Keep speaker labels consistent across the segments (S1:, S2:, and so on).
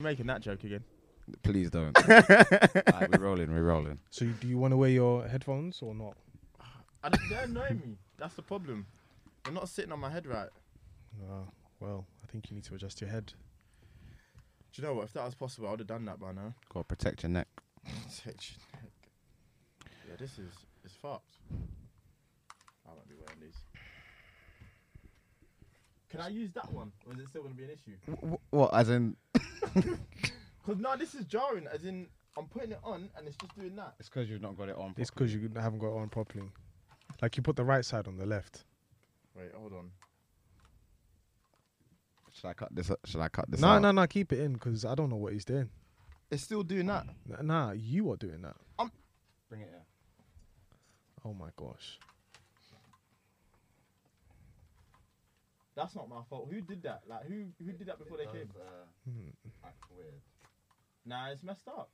S1: making that joke again.
S2: Please don't. Alright, we're rolling, we're rolling.
S3: So do you want to wear your headphones or not?
S1: I don't, they annoy me. That's the problem. They're not sitting on my head right.
S3: Uh, well, I think you need to adjust your head.
S1: Do you know what? If that was possible, I would have done that by now.
S2: Gotta protect your neck.
S1: yeah, this is it's fucked. I won't be wearing these. Can I use that one, or is it still gonna be an issue?
S2: What, as in?
S1: Because no, this is jarring. As in, I'm putting it on and it's just doing that.
S2: It's because you've not got it on.
S3: It's because you haven't got it on properly. Like you put the right side on the left.
S1: Wait, hold on.
S2: Should I cut this? Should I cut this?
S3: No,
S2: out?
S3: no, no. Keep it in because I don't know what he's doing.
S1: It's still doing that.
S3: N- Nah, you are doing that.
S2: Bring it here.
S3: Oh my gosh.
S1: That's not my fault. Who did that? Like, who who did that before they came?
S2: uh,
S1: Hmm. Nah, it's messed up.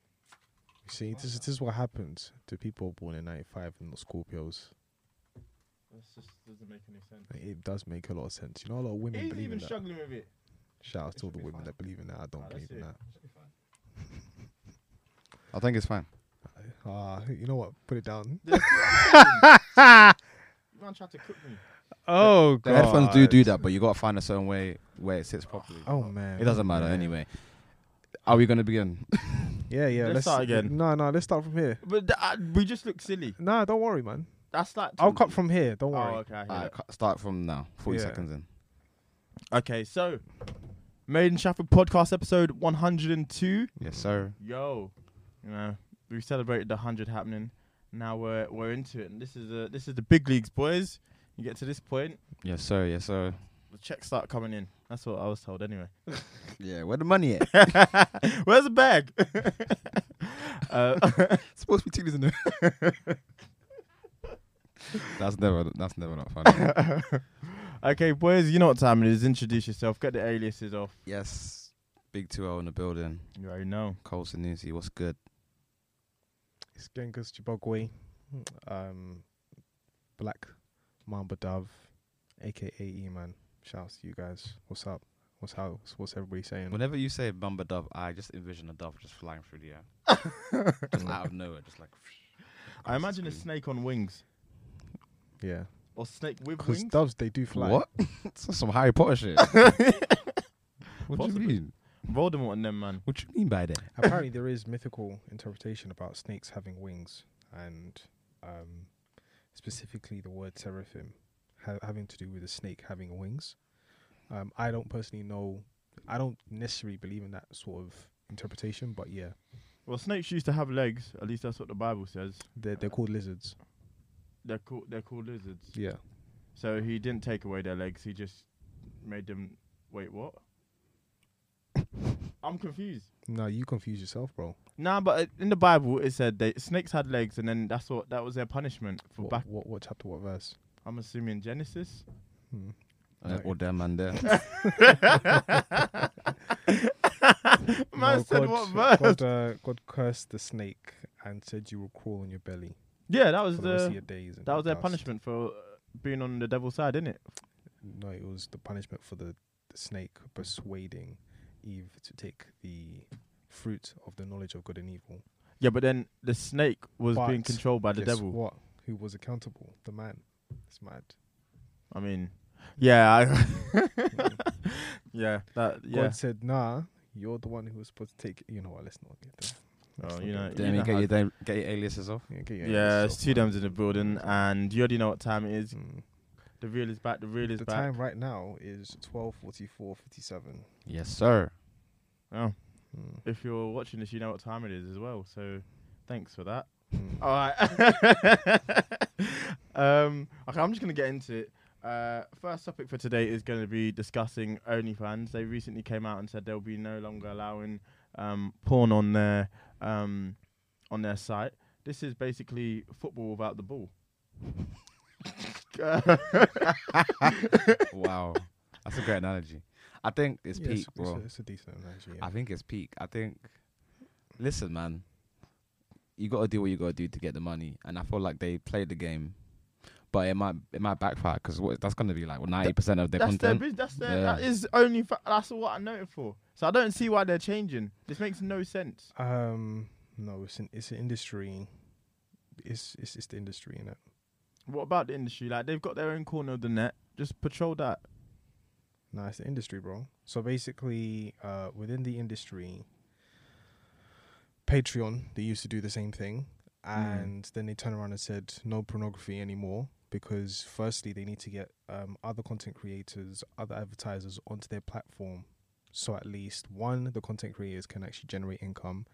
S3: You see, this is this is what happens to people born in '95 and not Scorpios.
S1: This just doesn't make any sense.
S3: Like, It does make a lot of sense. You know, a lot of women
S1: He's
S3: believe
S1: even
S3: in that.
S1: struggling with it.
S3: Shout out to all
S1: should
S3: the
S1: be
S3: women
S1: fine.
S3: that believe in that. I don't
S1: Ah,
S3: believe
S1: that's
S3: in that.
S2: I think it's fine.
S3: Ah, you know what? Put it down.
S1: You man tried to cook me.
S3: Oh
S2: The headphones do do that, but you gotta find a certain way where it sits properly.
S3: Oh man,
S2: It doesn't matter anyway. Are we gonna begin?
S3: Yeah, yeah.
S1: Let's start again.
S3: No, no. Let's start from here.
S1: But th- I, we just look silly.
S3: Nah, don't worry, man.
S1: That's like.
S3: I'll cut from here. Don't
S1: Oh,
S3: worry.
S1: okay. I hear
S2: Alright,
S1: that.
S2: cut- start from now. Forty
S3: Yeah.
S2: seconds in.
S1: Okay, so Maiden Shafford podcast episode 102.
S2: Yes, sir.
S1: Yo, you know we celebrated the hundred happening. Now we're we're into it, and this is the this is the big leagues, boys. You get to this point,
S2: Yes, sir. Yes, sir.
S1: the checks start coming in. That's what I was told, anyway.
S2: Yeah, where the money at?
S1: Where's the bag? uh,
S2: supposed to be tickets in there. that's never. That's never not funny.
S1: okay, boys, you know what time it is. Introduce yourself. Get the aliases off.
S2: yes, Big Two O in the building.
S1: You already know.
S2: Cole Sanusi, what's good?
S3: It's Genghis Chibogwe, um, Black Mamba Dove, aka E Man. Shouts to you guys. What's up? What's how? What's everybody saying?
S2: Whenever you say Bumba Dove, I just envision a dove just flying through the air, just out of nowhere, just like.
S1: I imagine a snake on wings
S3: Yeah,
S1: or snake with
S3: because
S1: wings.
S3: doves they do fly.
S2: What? That's some Harry Potter shit. what do
S1: Possibly.
S2: you mean?
S1: Voldemort and them man.
S2: What do you mean by that?
S3: Apparently, there is mythical interpretation about snakes having wings, and um, specifically the word seraphim ha- having to do with a snake having wings. Um, I don't personally know. I don't necessarily believe in that sort of interpretation, but yeah,
S1: Well, snakes used to have legs. At least that's what the Bible says.
S3: they're they're called lizards.
S1: They're called they're called lizards.
S3: Yeah.
S1: So he didn't take away their legs. He just made them. Wait, what? I'm confused.
S3: No, you confuse yourself, bro.
S1: Nah, but uh, in the Bible it said they, snakes had legs, and then that's what that was their punishment for
S3: What,
S1: back.
S3: what what chapter? What verse?
S1: I'm assuming Genesis.
S3: Hmm.
S2: Uh, or them and there.
S1: Man
S3: No,
S1: said
S3: God,
S1: what verse?
S3: God, uh, God cursed the snake and said you will crawl on your belly
S1: Yeah, that
S3: for
S1: was
S3: the rest of your
S1: the
S3: days. and
S1: that
S3: your
S1: was their
S3: dust.
S1: punishment for uh, being on the devil's side, innit?
S3: No, it was the punishment for the, the snake persuading Eve to take the fruit of the knowledge of good and evil.
S1: Yeah, but then the snake was being
S3: But
S1: controlled by the
S3: Guess
S1: devil.
S3: What? Who was accountable? The man. It's mad.
S1: I mean, yeah, I yeah, that yeah.
S3: God said, "Nah, you're the one who was supposed to take." You know what? Let's not get there.
S1: Oh, you know, you
S2: Damien,
S1: know
S2: get
S1: how-
S2: your da- get your aliases off.
S3: Yeah, get your
S1: yeah,
S3: hands
S1: it's
S3: off,
S1: two
S3: man.
S1: dems in the building, and you already know what time it is.
S3: Mm.
S1: The reel is back. The reel is
S3: The
S1: back.
S3: time right now is twelve forty four fifty seven.
S2: Yes, sir.
S1: Oh,
S2: Hmm.
S1: if you're watching this, you know what time it is as well. So, thanks for that.
S2: Hmm.
S3: Mm.
S1: All right. um, okay, I'm just gonna get into it. Uh, first topic for today is going to be discussing OnlyFans. They recently came out and said they'll be no longer allowing um, porn on their um, on their site. This is basically football without the ball.
S2: Wow, that's a great analogy. I think it's
S3: Yeah,
S2: peak,
S3: it's, it's,
S2: bro.
S3: a, it's a decent analogy. Yeah.
S2: I think it's peak. I think. Listen, man, you got to do what you got to do to get the money, and I feel like they played the game, but it might it might backfire because that's gonna be like ninety percent of their
S1: That's their
S2: content.
S1: biz. That's their.
S2: Yeah.
S1: That is only. Fa- that's what I know it for. So I don't see why they're changing. This makes no sense.
S3: Um, no, it's an it's an industry. It's it's it's the industry in it.
S1: What about the industry? Like they've got their own corner of the net. Just patrol that.
S3: No, it's the industry, bro. So basically, uh, within the industry, Patreon they used to do the same thing,
S1: Mm.
S3: and then they turned around and said no pornography anymore because firstly they need to get um, other content creators, other advertisers onto their platform, so at least one the content creators can actually generate income,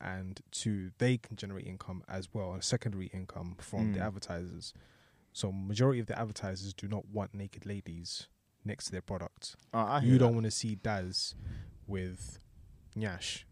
S3: and two they can generate income as well, and secondary income from
S1: Mm.
S3: the advertisers. So majority of the advertisers do not want naked ladies next to their product.
S1: Uh, I
S3: you
S1: hear
S3: don't want to see Daz with Nyash.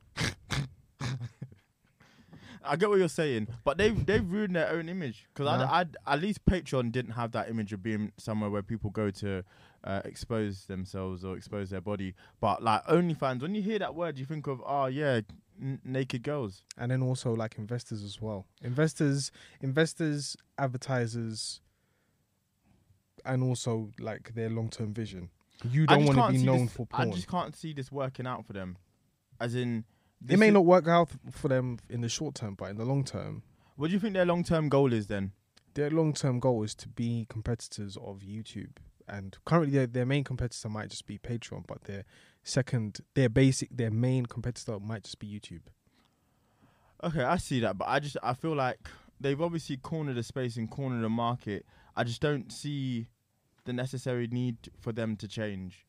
S1: I get what you're saying, but they've they've ruined their own image because
S3: Nah.
S1: I at least Patreon didn't have that image of being somewhere where people go to uh, expose themselves or expose their body. But like OnlyFans, when you hear that word, you think of oh yeah, n- naked girls.
S3: And then also like investors as well. Investors, investors, advertisers, and also like their long term vision. You
S1: I
S3: don't
S1: just
S3: want
S1: can't
S3: to be
S1: see
S3: known
S1: this-
S3: for
S1: I
S3: porn.
S1: just can't see this working out for them, as in.
S3: it
S1: this
S3: may
S1: is-
S3: not work out for them in the short term, but in the long term,
S1: What do you think their long term goal is then?
S3: their long term goal is to be competitors of YouTube. And currently, their, their main competitor might just be Patreon, but their second, their basic, their main competitor might just be YouTube.
S1: Okay, I see that, but I just I feel like they've obviously cornered the space and cornered the market. I just don't see the necessary need for them to change.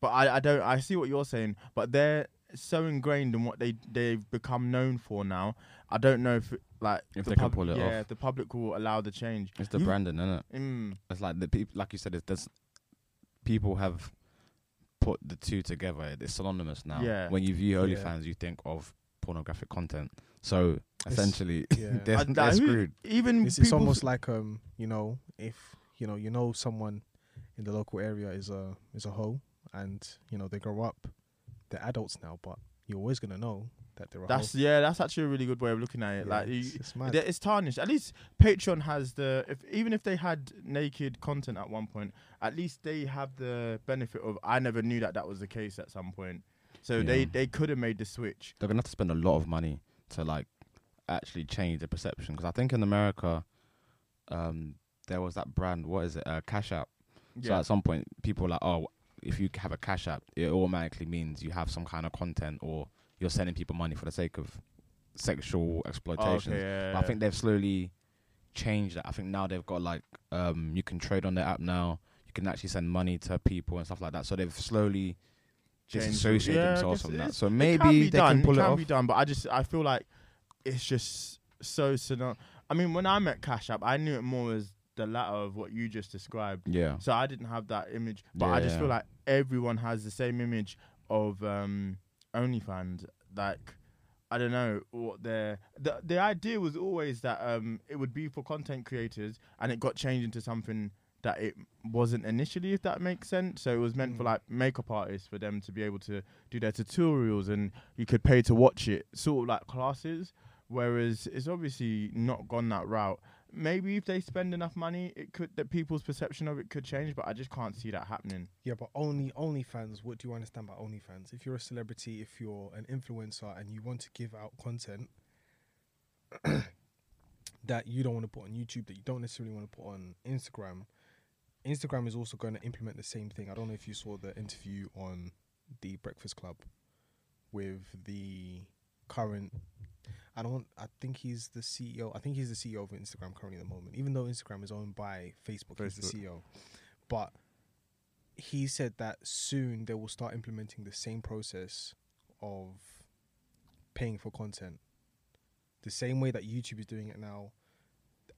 S1: But I, I don't I see what you're saying, but they're so ingrained in what they they've become known for now. I don't know if like
S2: If
S1: the
S2: they can pull it
S1: yeah,
S2: off.
S1: if the public will allow the change.
S2: It's the
S1: You-
S2: branding, isn't it?
S1: Mm,
S2: It's like the people, like you said, it's, there's people have put the two together. It's synonymous now.
S1: Yeah.
S2: When you view
S3: Yeah.
S2: OnlyFans, you think of pornographic content. So
S3: It's-
S2: essentially,
S3: yeah.
S2: they're,
S1: I-
S2: they're
S1: like, who-
S2: screwed.
S1: Even
S3: it's, it's
S1: people-
S3: almost like um you know if you know you know someone in the local area is a is a hoe and you know they grow up they're adults now but you're always gonna know that they're a
S1: That's
S2: Oh.
S3: hoe.
S1: yeah, that's actually a really good way of looking at it.
S3: Yeah,
S1: like you,
S3: it's- it's mad.
S1: there- it's tarnished. At least Patreon has the if even if they had naked content at one point, at least they have the benefit of I never knew that that was the case at some point. So they
S2: Yeah.
S1: they could have made the switch.
S2: They're gonna have to spend a lot of money to like actually change the perception. Because I think in America, um, there was that brand. What is it? Uh, Cash App. So
S1: Yeah.
S2: at some point, people are like, oh, if you have a Cash App, it automatically means you have some kind of content or you're sending people money for the sake of sexual exploitation.
S1: yeah,
S2: But I
S1: yeah.
S2: think they've slowly changed that. I think now they've got like, um, you can trade on their app now. You can actually send money to people and stuff like that. So they've slowly
S1: Changed it.
S2: disassociated
S1: Yeah, I
S2: themselves
S1: guess
S2: from
S1: it
S2: that.
S1: is.
S2: So
S1: It
S2: maybe
S1: can be
S2: they
S1: done,
S2: can pull it,
S1: can
S2: off.
S1: be done, but I just I feel like it's just so synony- I mean, when I met Cash App, I knew it more as the latter of what you just described.
S2: Yeah.
S1: So I didn't have that image, but I just
S2: Yeah.
S1: feel like everyone has the same image of um, OnlyFans. Like, I don't know what their the the idea was always that um, it would be for content creators, and it got changed into something that it wasn't initially, if that makes sense. So it was meant for like makeup artists for them to be able to do their tutorials, and you could pay to watch it, sort of like classes. Whereas it's obviously not gone that route. Maybe if they spend enough money, it could that people's perception of it could change, but I just can't see that happening.
S3: yeah but only only fans what do you understand by only fans if you're a celebrity if you're an influencer and you want to give out content that you don't want to put on youtube that you don't necessarily want to put on instagram instagram is also going to implement the same thing i don't know if you saw the interview on the breakfast club with the current I don't I think he's the E CEO I think he's the CEO of Instagram currently at the moment even though Instagram is owned by Facebook, he's the CEO but he said that soon they will start implementing the same process of paying for content, the same way that YouTube is doing it now,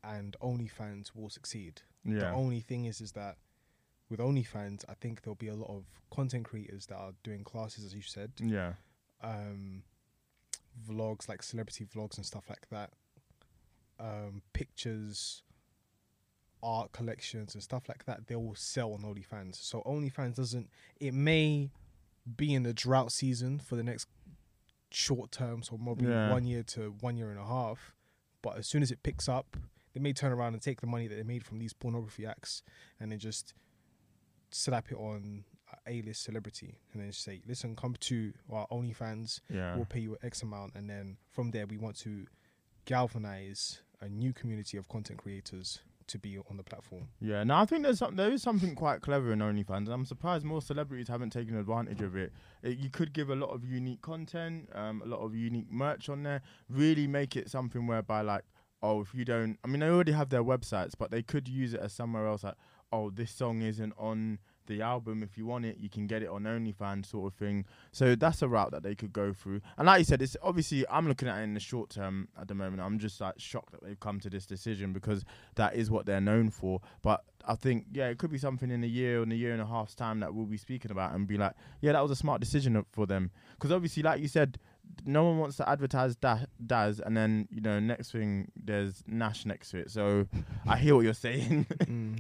S3: and OnlyFans will succeed. The
S1: Yeah.
S3: only thing is, is that with OnlyFans, I think there'll be a lot of content creators that are doing classes, as you said,
S1: Yeah.
S3: um, vlogs like celebrity vlogs and stuff like that, um, pictures, art collections and stuff like that. They will sell on OnlyFans. So OnlyFans doesn't. It may be in the drought season for the next short term, so probably
S1: Yeah.
S3: one year to one year and a half. But as soon as it picks up, they may turn around and take the money that they made from these pornography acts and then just slap it on a list celebrity and then say, listen, come to our OnlyFans.
S1: Yeah.
S3: We'll pay you X amount. And then from there, we want to galvanize a new community of content creators to be on the platform.
S1: Yeah, now I think there's some, there is something quite clever in OnlyFans, and I'm surprised more celebrities haven't taken advantage of it. It- you could give a lot of unique content, um, a lot of unique merch on there. Really make it something whereby like, oh, if you don't, I mean, they already have their websites, but they could use it as somewhere else. Like, oh, this song isn't on the album. If you want it, you can get it on OnlyFans, sort of thing. So that's a route that they could go through. And like you said, it's obviously I'm looking at it in the short term at the moment. I'm just like shocked that they've come to this decision because that is what they're known for. But I think yeah, it could be something in a year and a year and a half's time that we'll be speaking about and be like, yeah, that was a smart decision for them because obviously, like you said. No one wants to advertise da- Daz, and then you know next thing there's Nash next to it. So I hear what you're saying.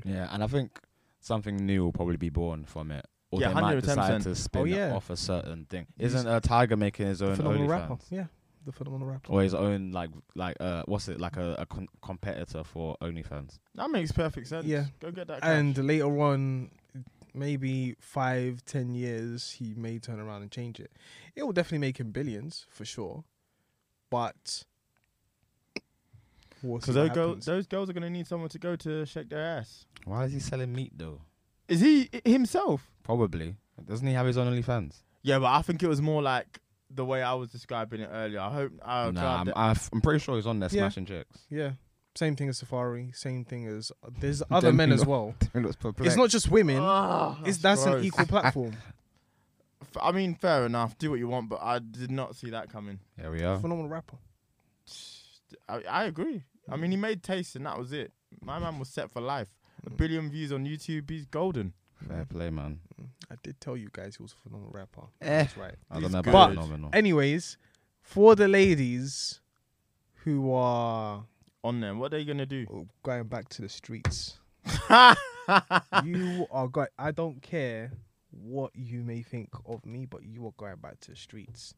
S2: Yeah, and I think something new will probably be born from it. Or
S1: Yeah,
S2: they might
S1: 110%.
S2: decide to spin
S3: Oh, yeah.
S2: off a certain thing.
S3: He's-
S2: Isn't a tiger making his own
S3: phenomenal
S2: OnlyFans?
S3: rapper. Yeah, the phenomenal rapper.
S2: Or his own like like uh what's it like a, a con- competitor for OnlyFans?
S1: that makes perfect sense.
S3: Yeah.
S1: go get that. cash.
S3: And later on, maybe five, ten years, he may turn around and change it. It will definitely make him billions for sure, but we'll see
S1: Because
S3: what
S1: those, girl,
S3: happens.
S1: those girls are going to need someone to go to shake their ass.
S2: Why is he selling meat though?
S1: Is he i- himself?
S2: Probably. Doesn't he have his own OnlyFans?
S1: Yeah, but I think it was more like the way I was describing it earlier. I hope. Uh,
S2: nah, I'm, i am pretty sure he's on there
S3: Yeah.
S2: smashing chicks.
S3: yeah, same thing as Safari. Same thing as there's other men as well. It's
S2: it's
S3: not just women.
S1: Ah,
S3: it's that's an
S1: gross.
S3: equal platform.
S1: F- I mean, fair enough. Do what you want, but I did not see that coming.
S2: There we are.
S3: phenomenal rapper.
S1: I, I agree. I mean, he made taste, and that was it. My man was set for life. A
S3: Mm.
S1: billion views on YouTube. He's golden.
S2: Fair play, man.
S3: I did tell you guys he was a phenomenal rapper.
S2: Eh.
S3: That's right.
S2: I don't know
S1: good.
S2: about
S3: But-
S2: phenomenal.
S3: Anyways, for the ladies who are
S1: On them, what are they gonna do?
S3: Oh, going back to the streets. you are going. I don't care what you may think of me, but you are going back to the streets.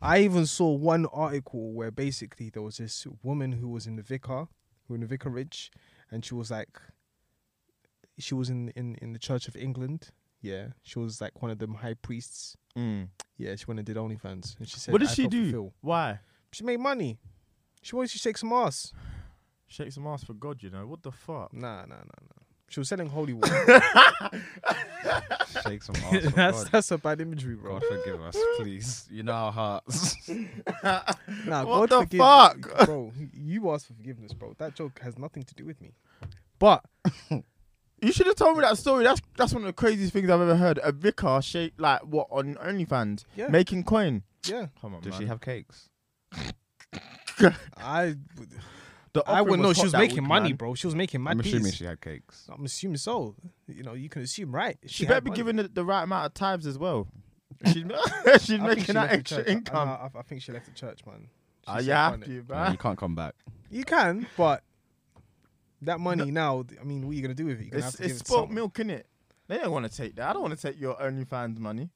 S3: I even saw one article where basically there was this woman who was in the vicar, who in the vicarage, and she was like, she was in in in the Church of England. Yeah, she was like one of them high priests.
S1: Mm.
S3: Yeah, she went and did OnlyFans, and she said,
S1: What did
S3: "I
S1: she
S3: felt
S1: do?
S3: fulfilled."
S1: Why?
S3: She made money. She wanted to shake some ass.
S1: Shake some ass for God, you know. What the fuck?
S3: Nah, nah, nah, nah. She was selling holy water. Oh
S2: Shake some ass.
S3: that's
S2: God.
S3: that's a bad imagery, bro.
S2: God forgive us, please. You know our hearts.
S3: Nah,
S1: What
S3: God
S1: the
S3: forgive- bro? You asked for forgiveness, bro. That joke has nothing to do with me. But
S1: You should have told me that story. That's that's one of the craziest things I've ever heard. A vicar shaped like what on OnlyFans,
S3: Yeah.
S1: making coin.
S3: yeah,
S1: Come on,
S2: Does
S1: man.
S2: she have cakes?
S3: I would-
S1: The
S3: I
S1: offering
S3: wouldn't know. She
S1: hot
S3: was
S1: that
S3: making
S1: week,
S3: money,
S1: man.
S3: bro. She was making mad
S2: I'm assuming
S3: peas.
S2: she had cakes.
S3: I'm assuming so. You know, you can assume, right?
S1: She, better be given the, the right amount of times as well. She's, she's making that extra income.
S3: I, I think she left the church, man. She
S1: Ah,
S3: said,
S1: you have
S3: "Fun it."
S1: to,
S2: No,
S1: man.
S2: you can't come back.
S3: You can, but that money now. I mean, what are you gonna do with it? You're
S1: It's,
S3: gonna have to
S1: it's
S3: give it to
S1: spoilt
S3: someone.
S1: milk in it. They don't want to take that. I don't want to take your OnlyFans money.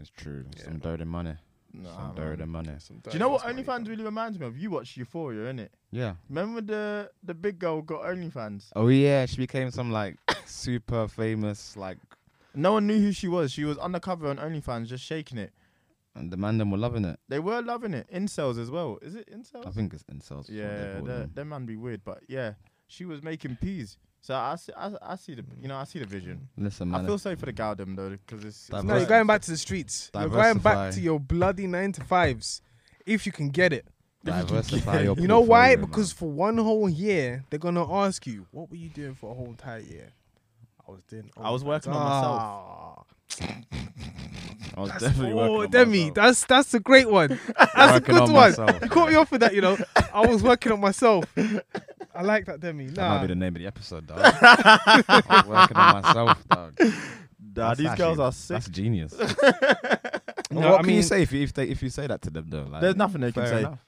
S2: It's true. Some dirty money. Some dirty money.
S3: Some
S1: Do you know what
S3: dirty ass money,
S1: OnlyFans really reminds me of? You watch Euphoria, innit?
S2: Yeah.
S1: Remember the the big girl got OnlyFans?
S2: Oh yeah, she became some like super famous like,
S1: No one knew who she was. She was undercover on OnlyFans, just shaking it.
S2: and the man them were loving it.
S1: They were loving it. Incels as well. Is it
S2: I
S1: incels?
S2: think it's insults.
S1: Yeah, that that man be weird, but yeah, she was making peas. So I see, I, I see the, you know, I see the vision.
S2: Listen, man.
S1: I feel sorry for the galdom though, because it's, it's
S3: bro. No, you're
S2: Right.
S3: going back to the streets. You're going back
S2: Diversify.
S3: to your bloody nine to fives, if you can get it.
S2: diversify your.
S3: You know why?
S2: portfolio,
S3: Because for one whole year, they're gonna ask you, "What were you doing for a whole entire year?" I was doing.
S1: I was working on
S2: Ah,
S1: myself.
S2: I was definitely working.
S3: Oh,
S2: on
S3: Demi,
S2: myself.
S3: that's that's a great one. That's a
S2: Working
S3: good
S2: on
S3: one.
S2: myself.
S3: You caught me off with that, you know. I was working on myself. I like that, Demi.
S2: That might
S3: Nah,
S2: be the name of the episode, dog. I'm working on myself, dog.
S1: Nah, these girls are sick.
S2: That's genius.
S3: No,
S2: what
S3: I
S2: can you
S3: mean-
S2: say if you, if they if you say that to them though? Like,
S1: There's nothing they can
S2: fair
S1: say.
S2: enough.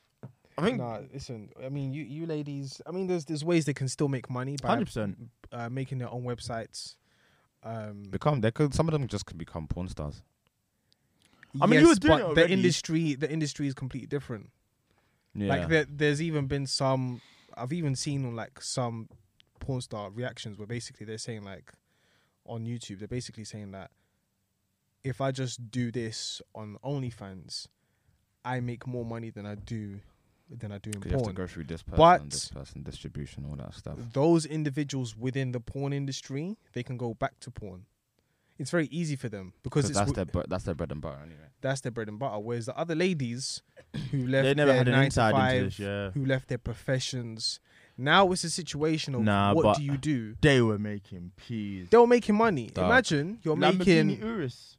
S1: I think
S3: nah. Listen, I mean, you you ladies. I mean, there's there's ways they can still make money by
S1: hundred percent.
S3: uh, making their own websites. Um,
S2: Become they could some of them just could become porn stars.
S1: I mean, you
S3: yes,
S1: were doing
S3: but
S1: it
S3: the
S1: already.
S3: industry. The industry is completely different.
S2: Yeah.
S3: Like there, there's even been some I've even seen on like some porn star reactions where basically they're saying like on YouTube they're basically saying that if I just do this on OnlyFans, I make more money than I do than I do in
S2: you have to
S3: porn.
S2: go through this person,
S3: But-
S2: this person, distribution, all that stuff.
S3: Those individuals within the porn industry, they can go back to porn. It's very easy for them
S2: Because
S3: because it's
S2: that's
S3: wi-
S2: their bu- that's their bread and butter anyway.
S3: that's their bread and butter. Whereas the other ladies who left
S1: They never
S3: their
S1: had an
S3: nine to
S1: insight into
S3: five,
S1: this, yeah.
S3: who left their professions, now it's a situation of
S1: Nah,
S3: what
S1: but-
S3: do you do?
S1: They were making peas.
S3: They were making money.
S2: Dog.
S3: Imagine you're
S1: Lamborghini
S3: making
S1: Urus.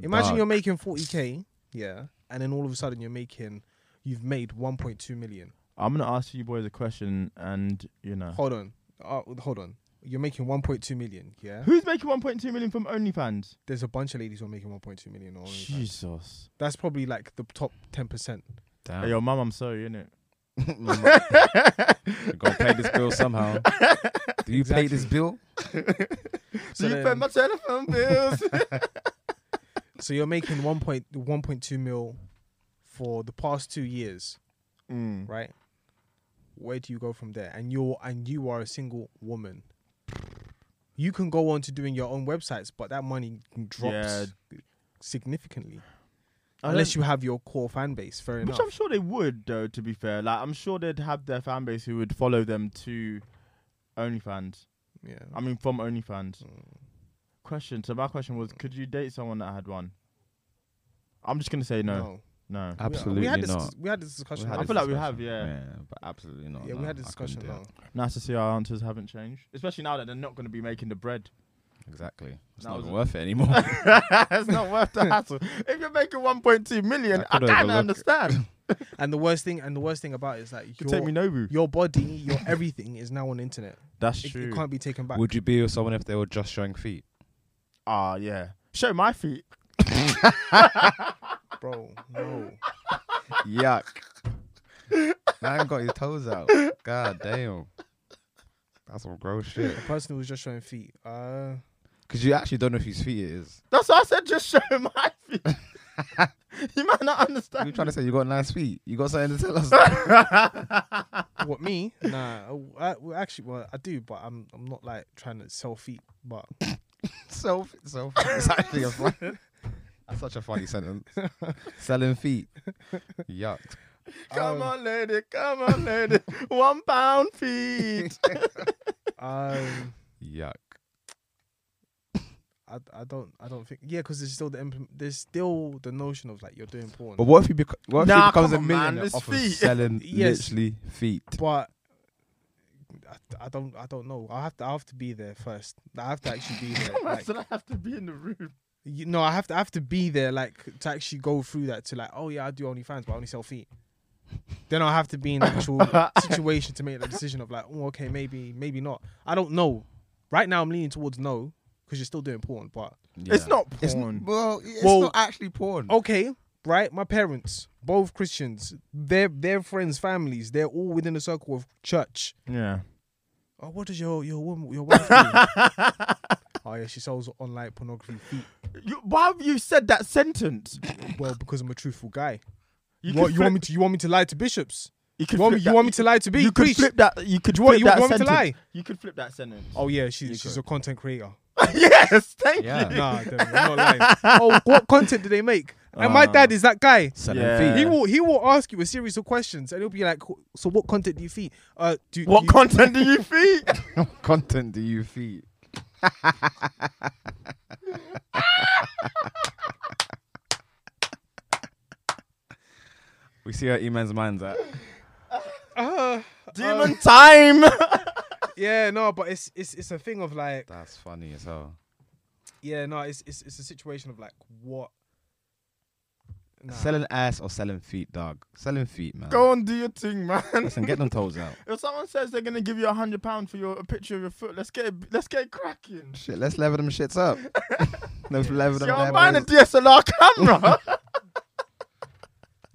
S3: imagine
S2: Dog.
S3: you're making forty k, yeah, and then all of a sudden you're making you've made one point two million.
S1: I'm gonna ask you boys a question, and you know
S3: Hold on, uh, hold on. You're making one point two million, yeah.
S1: who's making 1.2 million from OnlyFans.
S3: There's a bunch of ladies who are making one point two million. on OnlyFans.
S1: Jesus.
S3: That's probably like the top ten percent.
S2: Damn.
S1: Hey, yo, mum, I'm sorry, innit?
S2: You're gonna pay this bill somehow. Do you pay this bill?
S3: So
S1: you pay
S3: then-
S1: my telephone bills.
S3: So you're making one point one point two mil for the past two years,
S1: Mm.
S3: right? Where do you go from there? And you're and you are a single woman. You can go on to doing your own websites, but that money drops significantly. Unless you have your core fan base, fair
S1: Which
S3: enough.
S1: I'm sure they would, though. To be fair, like I'm sure they'd have their fan base who would follow them to OnlyFans.
S3: yeah.
S1: I mean, from
S3: Hmm.
S1: OnlyFans. Question. So my question was, could you date someone that had one? I'm just gonna say no. No.
S3: Uh,
S2: Absolutely
S3: we had this,
S2: not.
S3: We had this discussion.
S1: I
S3: last-
S2: this
S1: feel like we have,
S2: discussion.
S1: yeah.
S2: but absolutely not.
S3: yeah,
S2: no,
S3: we had this
S2: I couldn't
S3: discussion.
S2: do
S3: now.
S2: it.
S1: Nice to see our answers haven't changed, especially now that they're not gonna be making the bread.
S2: Exactly. It's
S1: That
S2: not
S1: was
S2: even
S1: a-
S2: worth it anymore.
S1: it's not worth the hassle. If you're making 1.2 million,
S2: I
S1: I
S2: could
S1: kind of
S2: overlook it.
S1: understand.
S3: And the worst thing, and the worst thing about it is that
S1: could take
S3: your-
S1: me Nobu.
S3: your body, your everything is now on the internet.
S1: That's
S3: It,
S1: true.
S3: it can't be taken back.
S2: Would you be with someone if they were just showing feet?
S1: Ah, yeah. Show my feet.
S3: bro. No.
S2: Yuck. Man got his toes out. God damn. That's some gross shit.
S3: The person who was just showing feet. Uh,
S2: Because you actually don't know whose feet it is.
S1: That's why I said just show my feet. you might not understand.
S2: You trying to say you got nice feet? You got something to tell us?
S3: what me? Nah. I- I, well, actually, well, I do, but I'm I'm not like trying to sell feet. But
S2: self, self. It's actually a fun. That's such a funny sentence. Selling feet. Yuck.
S1: Come on, lady. Come on, lady. One pound feet.
S3: um,
S2: Yuck.
S3: I, I don't I don't think yeah, because there's still the imp- there's still the notion of like you're doing porn,
S2: But what if you beco- what if
S1: Nah,
S2: he becomes
S1: come
S2: a
S1: on, man,
S2: millionaire
S1: it's
S2: off of
S1: feet.
S2: selling
S3: Yes.
S2: literally feet?
S3: but I, I don't I don't know. I have to I have to be there first. I have to actually be there. like,
S1: so I have to be in the room.
S3: you know, I have to I have to be there like to actually go through that to like, oh yeah, I do OnlyFans, but I only sell feet. then I have to be in the actual situation to make the decision of like, oh okay, maybe maybe not. I don't know. Right now, I'm leaning towards no because you're still doing porn, but
S1: It's not porn.
S2: It's n- well, it's
S3: Well-
S2: not actually porn.
S1: oh,
S3: okay, right? My parents, both Christians, their their friends, families, they're all within the circle of church.
S1: yeah.
S3: Oh, what does your your woman your wife do? oh yeah, she sells online pornography feet.
S1: You, why have you said that sentence?
S3: Well, because I'm a truthful guy. You,
S1: could
S3: want, you want me
S1: flip-
S3: to you want me to lie to bishops?
S1: You, could
S3: You want, me,
S1: flip
S3: you
S1: that-
S3: want me to lie to be?
S1: You could
S3: Preach.
S1: flip that. You could
S3: you want-
S1: flip
S3: you
S1: that
S3: want me to
S1: sentence.
S3: lie?
S1: You could flip that sentence.
S3: Oh yeah, she, she's a content creator.
S1: yes, thank
S2: Yeah.
S1: you.
S3: Nah, damn, I'm not lying. oh, what content do they make? And my dad is that guy.
S2: Selling
S1: Yeah.
S2: feet.
S3: He will he will ask you a series of questions, and he'll be like, "So what content do you feed? Uh, do
S1: What
S3: you,
S1: content do you Uh, feed?
S2: content do you feed? we see where E-Man's mind's at.
S3: Uh,
S1: Demon time.
S3: yeah, no, but it's it's it's a thing of like
S2: That's funny as hell.
S3: yeah, no, it's it's it's a situation of like what. Nah.
S2: Selling ass or selling feet, dog. Selling feet, man.
S1: Go on, do your thing, man.
S2: Listen, get them toes out.
S1: If someone says they're gonna give you a hundred pound for your a picture of your foot, let's get it, let's get it cracking.
S2: Shit, let's level them shits up. let's level them.
S1: Yo, I'm
S2: damn
S1: buying a
S2: boys.
S1: DSLR camera.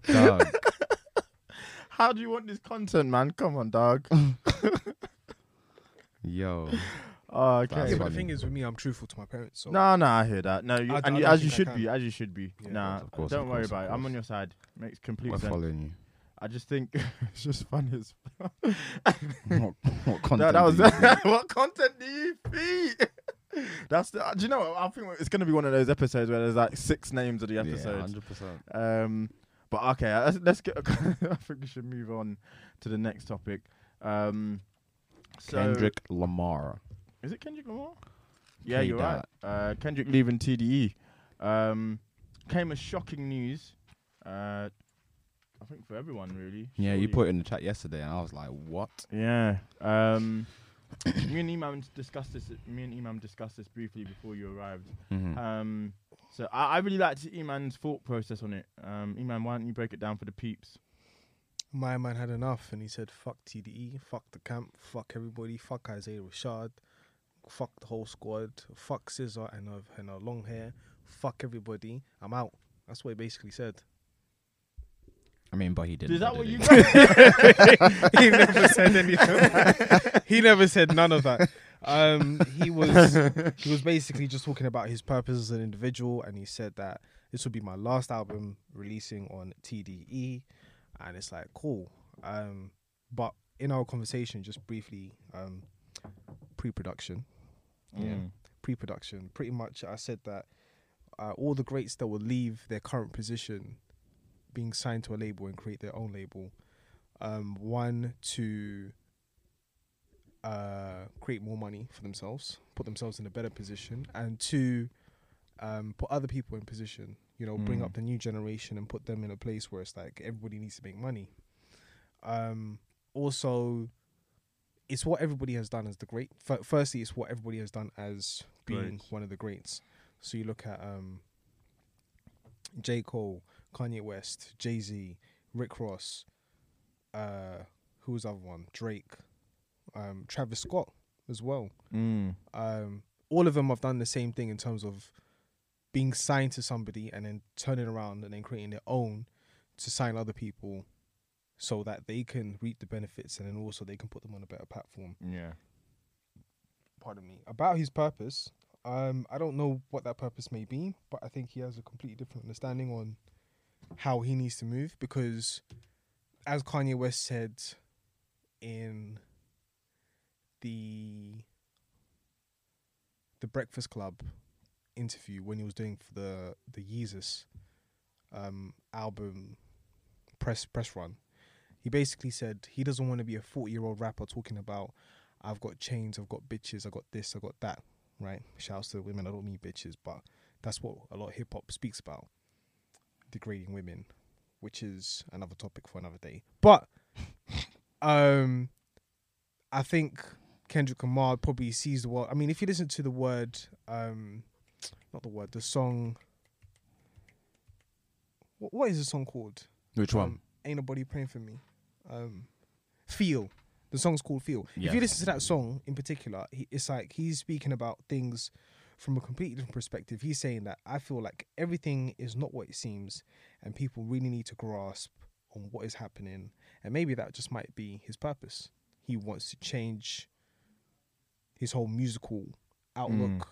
S2: Dog.
S1: How do you want this content, man? Come on, dog.
S2: Yo,
S1: Oh,
S2: That's
S3: Yeah,
S1: okay.
S3: but
S2: funny.
S3: the thing is, with me, I'm truthful to my parents. So
S1: No, no, I hear that. No, you,
S3: I d-
S1: and
S3: I
S1: you,
S3: don't
S1: as you
S3: think I
S1: should
S3: can.
S1: be, as you should be.
S3: Yeah, of
S1: nah,
S2: of course,
S1: don't
S2: of
S1: worry
S2: course,
S1: about
S2: of
S1: it. I'm on
S2: course.
S1: your side. Makes complete
S2: we're
S1: sense.
S2: following you.
S1: I just think it's just fun as fuck.
S2: What, what
S1: No, that
S2: content? do
S1: was
S2: you
S1: what content do you feed? That's the. Do you know? what? I think it's gonna be one of those episodes where there's like six names of the
S2: do? yeah,
S1: episodes.
S2: hundred percent.
S1: um, but okay, let's, let's get. I think we should move on to the next topic. Um, so-
S2: Kendrick Lamar.
S1: Is it Kendrick Lamar? Yeah,
S2: Played
S1: you're right. Uh, Kendrick leaving TDE um, came as shocking news. Uh, I think for everyone, really.
S2: Yeah, you
S1: surely.
S2: put it in the chat yesterday, and I was like, "What?"
S1: Yeah. Um, me and Imam discussed this. Me and Imam discussed this briefly before you arrived.
S2: Mm-hmm.
S1: Um, so I, I really liked Iman's thought process on it. Um, Iman, why don't you break it down for the peeps?
S3: my man had enough, and he said, "Fuck TDE, fuck the camp, fuck everybody, fuck Isaiah Rashad, fuck the whole squad, fuck Scissor and her, and her long hair, fuck everybody. I'm out." That's what he basically said.
S2: I mean, but he didn't.
S1: Is that
S2: did
S1: what
S2: he?
S1: you? Got?
S3: he never said anything. he never said none of that. Um, he was he was basically just talking about his purpose as an individual, and he said that this would be my last album releasing on TDE, and it's like cool. Um, but in our conversation, just briefly, um, pre-production, yeah, pre-production. Pretty much, I said that uh, all the greats that will leave their current position, being signed to a label and create their own label, um, one to uh, create more money for themselves, put themselves in a better position, and two, um, put other people in position. You know, bring up the new generation and put them in a place where it's like everybody needs to make money. Um, also, it's what everybody has done as the great. F- firstly, it's what everybody has done as being
S1: Greats.
S3: one of the greats. So you look at um, J. Cole, Kanye West, Jay Z, Rick Ross, uh, who was the other one? Drake, um, Travis Scott as well. Um, all of them have done the same thing in terms of being signed to somebody and then turning around and then creating their own to sign other people so that they can reap the benefits and then also they can put them on a better platform
S1: yeah.
S3: pardon me, about his purpose. Um, I don't know what that purpose may be, but I think he has a completely different understanding on how he needs to move because, as Kanye West said in the the Breakfast Club interview when he was doing for the the Yeezus um, album press press run, he basically said he doesn't want to be a 40 year old rapper talking about I've got chains, I've got bitches, I've got this, I've got that, right? Shouts to the women, I don't mean bitches, but that's what a lot of hip hop speaks about degrading women, which is another topic for another day. But um I think Kendrick Lamar probably sees the word. I mean, if you listen to the word, um not the word, the song. What, what is the song called?
S2: Which one?
S3: um, ain't nobody praying for me. Um, feel the song's called Feel. If you
S2: Yes.
S3: listen to that song in particular, he, it's like he's speaking about things from a completely different perspective. He's saying that I feel like everything is not what it seems, and people really need to grasp on what is happening, and maybe that just might be his purpose. He wants to change his whole musical
S2: Mm.
S3: outlook.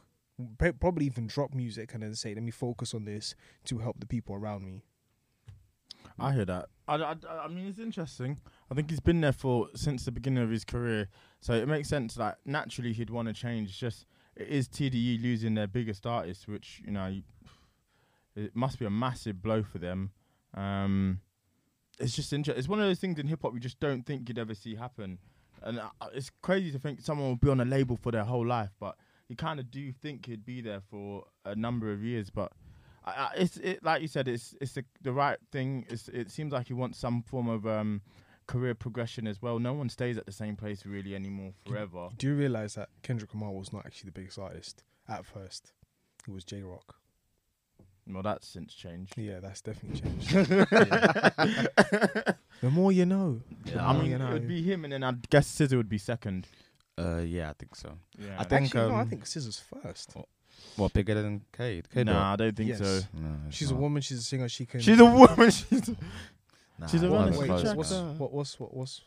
S3: Pro- Probably even drop music and then say, "Let me focus on this to help the people around me."
S1: I hear that. I, I, I mean, it's interesting. I think he's been there for since the beginning of his career, so it makes sense. Like naturally, he'd want to change. It's Just it is TDE losing their biggest artist, which you know, it must be a massive blow for them. Um, it's just interesting. It's one of those things in hip hop you just don't think you'd ever see happen, and uh, it's crazy to think someone will be on a label for their whole life, but you kind of do think he'd be there for a number of years, but. uh, I, I, it's it like you said, it's it's the, the right thing. It's, it seems like he wants some form of um, career progression as well. No one stays at the same place really anymore forever.
S3: Do you realize that Kendrick Lamar was not actually the biggest artist at first? It was J Rock.
S1: Well, that's since changed.
S3: Yeah, that's definitely changed. the more you know. The
S1: I
S3: more
S1: mean,
S3: you know.
S1: it would be him, and then I guess Scissor would be second. Oh.
S2: Uh, yeah, I think so.
S1: Yeah.
S2: I think.
S3: Actually, no, I
S2: um,
S3: think Scissor's first.
S2: What bigger than Cade? Cade
S1: Nah, I don't think
S3: Yes.
S1: so.
S2: what? No, it's
S3: She's a
S2: not.
S3: woman. She's a singer. She can.
S1: She's a woman. She's
S2: Nah,
S1: she's a
S2: it
S1: runner,
S2: wasn't
S1: she's
S3: Wait,
S1: a
S2: close,
S3: what's,
S1: track
S3: what's,
S2: man.
S1: star.
S3: what, what's what what's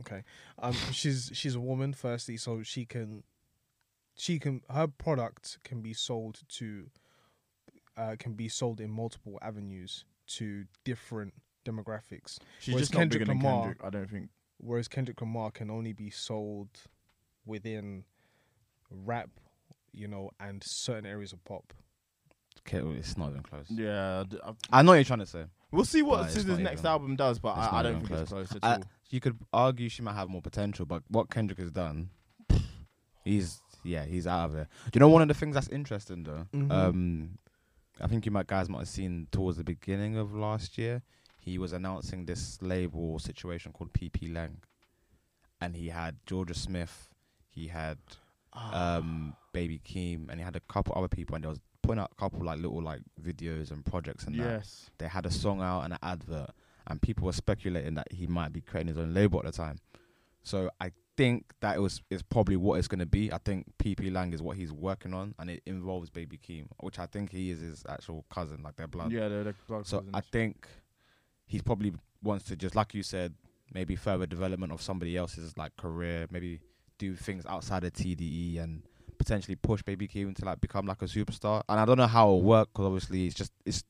S3: okay? Um, she's she's a woman firstly, so she can, she can her product can be sold to, uh, can be sold in multiple avenues to different demographics.
S1: She's
S3: Whereas
S1: just not bigger than
S3: Lamar,
S1: Kendrick. I don't think.
S3: whereas Kendrick Lamar can only be sold within rap, you know, and certain areas of pop.
S2: Cade, it's not even close.
S1: Yeah, d- I-
S2: I know what you're trying to say.
S1: we'll see what
S2: uh, Nah, it's
S1: Scissor's
S2: not
S1: next
S2: even-
S1: album does, but
S2: It's
S1: I, I
S2: not
S1: don't
S2: even
S1: think it's close at
S2: I-
S1: all.
S2: you could argue she might have more potential, but what Kendrick has done, he's yeah, he's out of there. Do you know one of the things that's interesting though? Um, I think you might guys might have seen towards the beginning of last year, he was announcing this label situation called PP Lang, and he had Georgia Smith, he had um Baby Keem, and he had a couple other people, and they was putting out a couple like little like videos and projects and that
S1: Yes.
S2: they had a song out and an advert, and people were speculating that he might be creating his own label at the time. So I think that it was is probably what it's going to be. I think PP Lang is what he's working on, and it involves Baby Keem, which I think he is his actual cousin, like their blood.
S1: Yeah, they're like blood
S2: So
S1: cousins.
S2: I think he probably wants to just, like you said, maybe further development of somebody else's like career, maybe do things outside of TDE and potentially push Baby Keem to like become like a superstar. And I don't know how it'll work because obviously it's just it's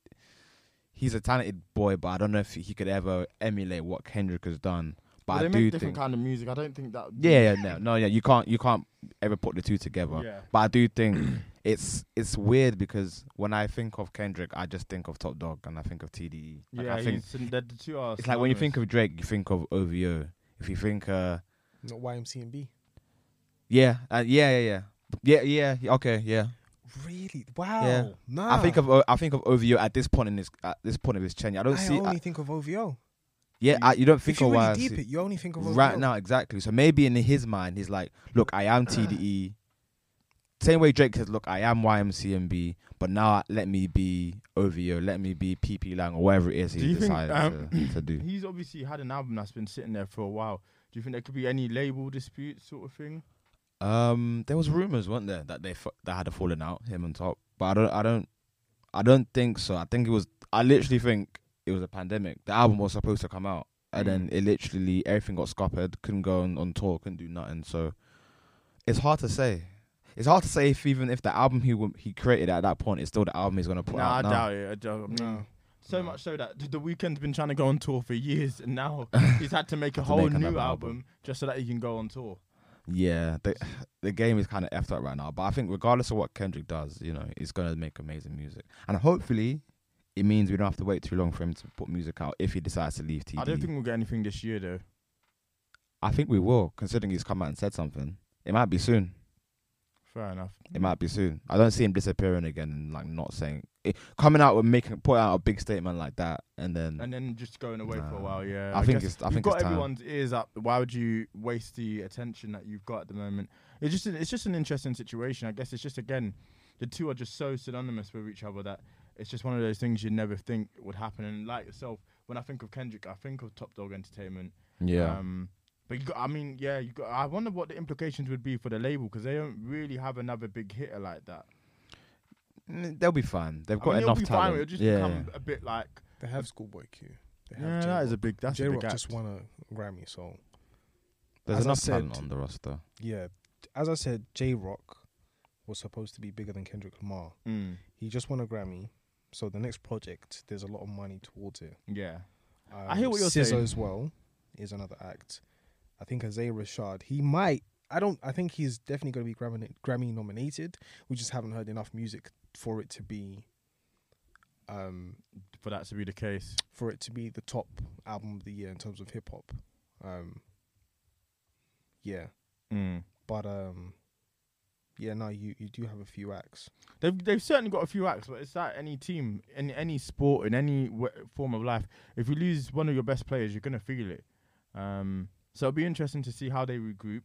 S2: he's a talented boy, but I don't know if he could ever emulate what Kendrick has done. But
S1: Well, they
S2: I do
S1: make
S2: think,
S1: different kind of music. I don't think that.
S2: yeah, yeah, no, no, yeah, you can't you can't ever put the two together.
S1: Yeah.
S2: But I do think it's it's weird because when I think of Kendrick, I just think of Top Dog and I think of TDE. Like,
S1: yeah.
S2: I think
S1: he's- they're the two are
S2: it's like when you
S1: synonymous.
S2: think of Drake, you think of OVO. If you think, uh,
S3: Not YMCMB.
S2: yeah, uh, yeah, yeah, yeah, yeah, yeah, okay, yeah.
S3: Really? Wow.
S2: Yeah.
S3: Nah.
S2: I think of O- I think of OVO at this point in his at this point of his tenure. I don't
S3: Ah. I
S2: see,
S3: only
S2: I,
S3: think of OVO.
S2: yeah, I, you don't think
S3: If you
S2: of
S3: really
S2: YMC.
S3: deep it, you only think of OVO.
S2: right now exactly so maybe in his mind he's like look i am tde same way drake says look i am ymcmb but now let me be ovo let me be pp lang or whatever it is
S1: Do
S2: he
S1: you think,
S2: decided
S1: um,
S2: to, to do
S1: He's obviously had an album that's been sitting there for a while. Do you think there could be any label dispute sort of thing?
S2: um there was rumors weren't there that they f- that had a falling out him and top but i don't i don't i don't think so i think it was i literally think it was a pandemic the album was supposed to come out and
S1: Mm.
S2: then it literally everything got scuppered couldn't go on, on tour couldn't do nothing so it's hard to say. It's hard to say if even if the album he wa- he created at that point is still the album he's gonna put
S1: No,
S2: out.
S1: I
S2: now.
S1: doubt it. I doubt. I mean,
S3: No.
S1: So much so that the weekend's been trying to go on tour for years, and now he's had to make a
S2: Had to
S1: whole
S2: make
S1: new album,
S2: another album.
S1: just so that he can go on tour.
S2: Yeah, the the game is kind of effed up right now. But I think regardless of what Kendrick does, you know, he's gonna make amazing music, and hopefully, it means we don't have to wait too long for him to put music out if he decides to leave TD.
S1: I don't think we'll get anything this year though.
S2: I think we will, considering he's come out and said something. It might be soon.
S1: Fair enough.
S2: It might be soon. I don't see him disappearing again and like not saying it, coming out with making put out a big statement like that and then
S1: And then just going away for a
S2: Nah.
S1: while. Yeah.
S2: I think
S1: guess
S2: it's- I
S1: you've
S2: think
S1: got
S2: it's time.
S1: everyone's ears up. Why would you waste the attention that you've got at the moment? It's just it's just an interesting situation. I guess it's just again, the two are just so synonymous with each other that it's just one of those things you never think would happen. And like yourself, when I think of Kendrick, I think of Top Dog Entertainment.
S2: yeah.
S1: Um, but you got, I mean, yeah, you got, I wonder what the implications would be for the label because they don't really have another big hitter like that.
S2: Mm, They'll be fine. They've
S1: I
S2: got
S1: mean, it'll
S2: enough
S1: be
S2: talent.
S1: fine. It'll just
S2: yeah.
S1: become a bit like
S3: They have Schoolboy Q. They have
S1: yeah, that is a
S3: J-Rock.
S1: big. That's a
S3: J-Rock
S1: big act.
S3: just won a Grammy, so
S2: There's
S3: as I
S2: enough
S3: said-
S2: talent on the roster.
S3: yeah. As I said, J Rock was supposed to be bigger than Kendrick Lamar.
S1: Mm,
S3: He just won a Grammy, so the next project there's a lot of money towards it.
S1: yeah,
S3: Um,
S1: I hear what you're
S3: SZA
S1: saying.
S3: as well is another act. I think Isaiah Rashad. He might. I don't. I think he's definitely going to be Grammy Grammy nominated. We just haven't heard enough music for it to be. Um,
S1: for that to be the case.
S3: for it to be the top album of the year in terms of hip hop. Um, yeah,
S1: Mm.
S3: but um, yeah, no, you you do have a few acts.
S1: They've they've certainly got a few acts, but it's that any team in any sport in any w- form of life. If you lose one of your best players, you're gonna feel it. Um, so it'll be interesting to see how they regroup.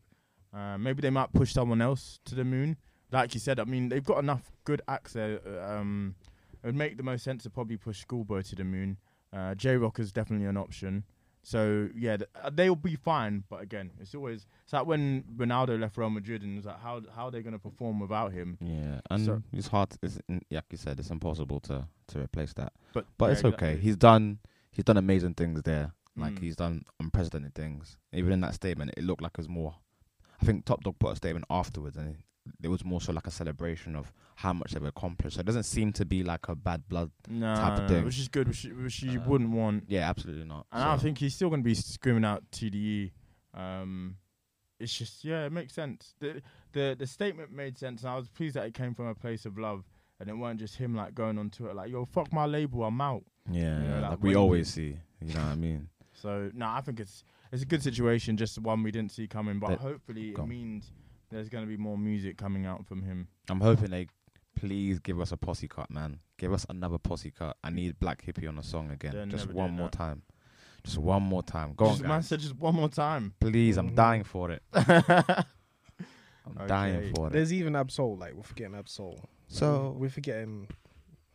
S1: Uh, maybe they might push someone else to the moon. Like you said, I mean, they've got enough good acts there. uh, Um, it would make the most sense to probably push Schoolboy to the moon. Uh, J Rock is definitely an option. So yeah, th- uh, they'll be fine. But again, it's always it's like when Ronaldo left Real Madrid and it was like, how how are they going to perform without him?
S2: Yeah, and
S1: So-
S2: it's hard. It's n- like you said, it's impossible to to replace that.
S1: But
S2: But
S1: yeah,
S2: it's okay.
S1: exactly.
S2: He's done. He's done amazing things there. Like
S1: Mm.
S2: he's done unprecedented things. Even in that statement, it looked like it was more. I think Top Dog put a statement afterwards, and it was more so like a celebration of how much they've accomplished. So it doesn't seem to be like a bad blood.
S1: no,
S2: type of
S1: no,
S2: thing.
S1: which is good, which, which you wouldn't want.
S2: Yeah, absolutely not.
S1: And I
S2: So-
S1: think he's still going to be screaming out TDE. Um, it's just yeah, it makes sense. The the the statement made sense, and I was pleased that it came from a place of love, and it weren't just him like going on Twitter like yo fuck my label, I'm out.
S2: yeah,
S1: you know,
S2: yeah,
S1: like
S2: like we
S1: when-
S2: always see. You know what I mean?
S1: So no, I think it's it's a good situation, just one we didn't see coming, but
S2: That-
S1: hopefully
S2: go
S1: it
S2: on.
S1: means there's going to be more music coming out from him.
S2: I'm hoping they please give us a posse cut, man. Give us another posse cut. I need Black Hippie on a song again.
S1: They're
S2: just
S1: never
S2: one
S1: doing
S2: more
S1: that.
S2: time. Just one more time. Go
S1: just,
S2: on,
S1: man
S2: guys.
S1: said just one more time.
S2: Please,
S1: Mm.
S2: I'm dying for it. I'm
S1: Okay.
S2: dying for it.
S3: There's even Absol. Like we're forgetting Absol. Like,
S2: So-
S3: we're, we're forgetting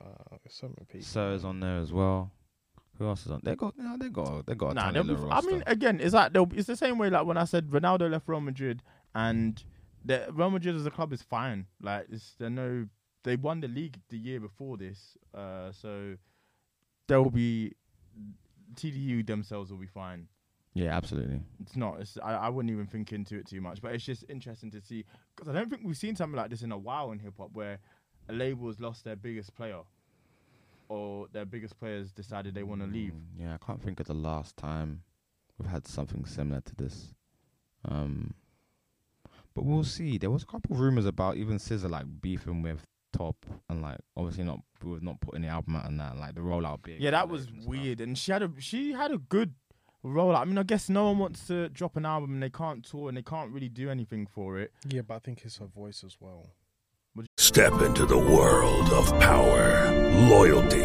S3: uh, so many people.
S2: So is on there as well. Who else is on? They got, no, they got, they got. A
S1: Nah,
S2: nah,
S1: they'll be, f- I mean, again, it's like they'll, it's the same way like when I said Ronaldo left Real Madrid, and the Real Madrid as a club is fine. Like it's, they're no, they won the league the year before this, uh, so they'll be TDU themselves will be fine.
S2: yeah, absolutely.
S1: It's not. It's, I, I wouldn't even think into it too much, but it's just interesting to see because I don't think we've seen something like this in a while in hip hop where a label has lost their biggest player. Or their biggest players decided they want to leave.
S2: Mm, Yeah, I can't think of the last time we've had something similar to this. Um, but we'll
S1: Mm.
S2: see. There was a couple of rumors about even Scissor like beefing with Top and like obviously not with not putting the album out and that like the rollout big.
S1: Yeah, that
S2: and
S1: was
S2: stuff.
S1: weird. And she had a she had a good rollout. I mean, I guess no one wants to drop an album and they can't tour and they can't really do anything for it.
S3: yeah, but I think it's her voice as well.
S4: Step into the world of power, loyalty,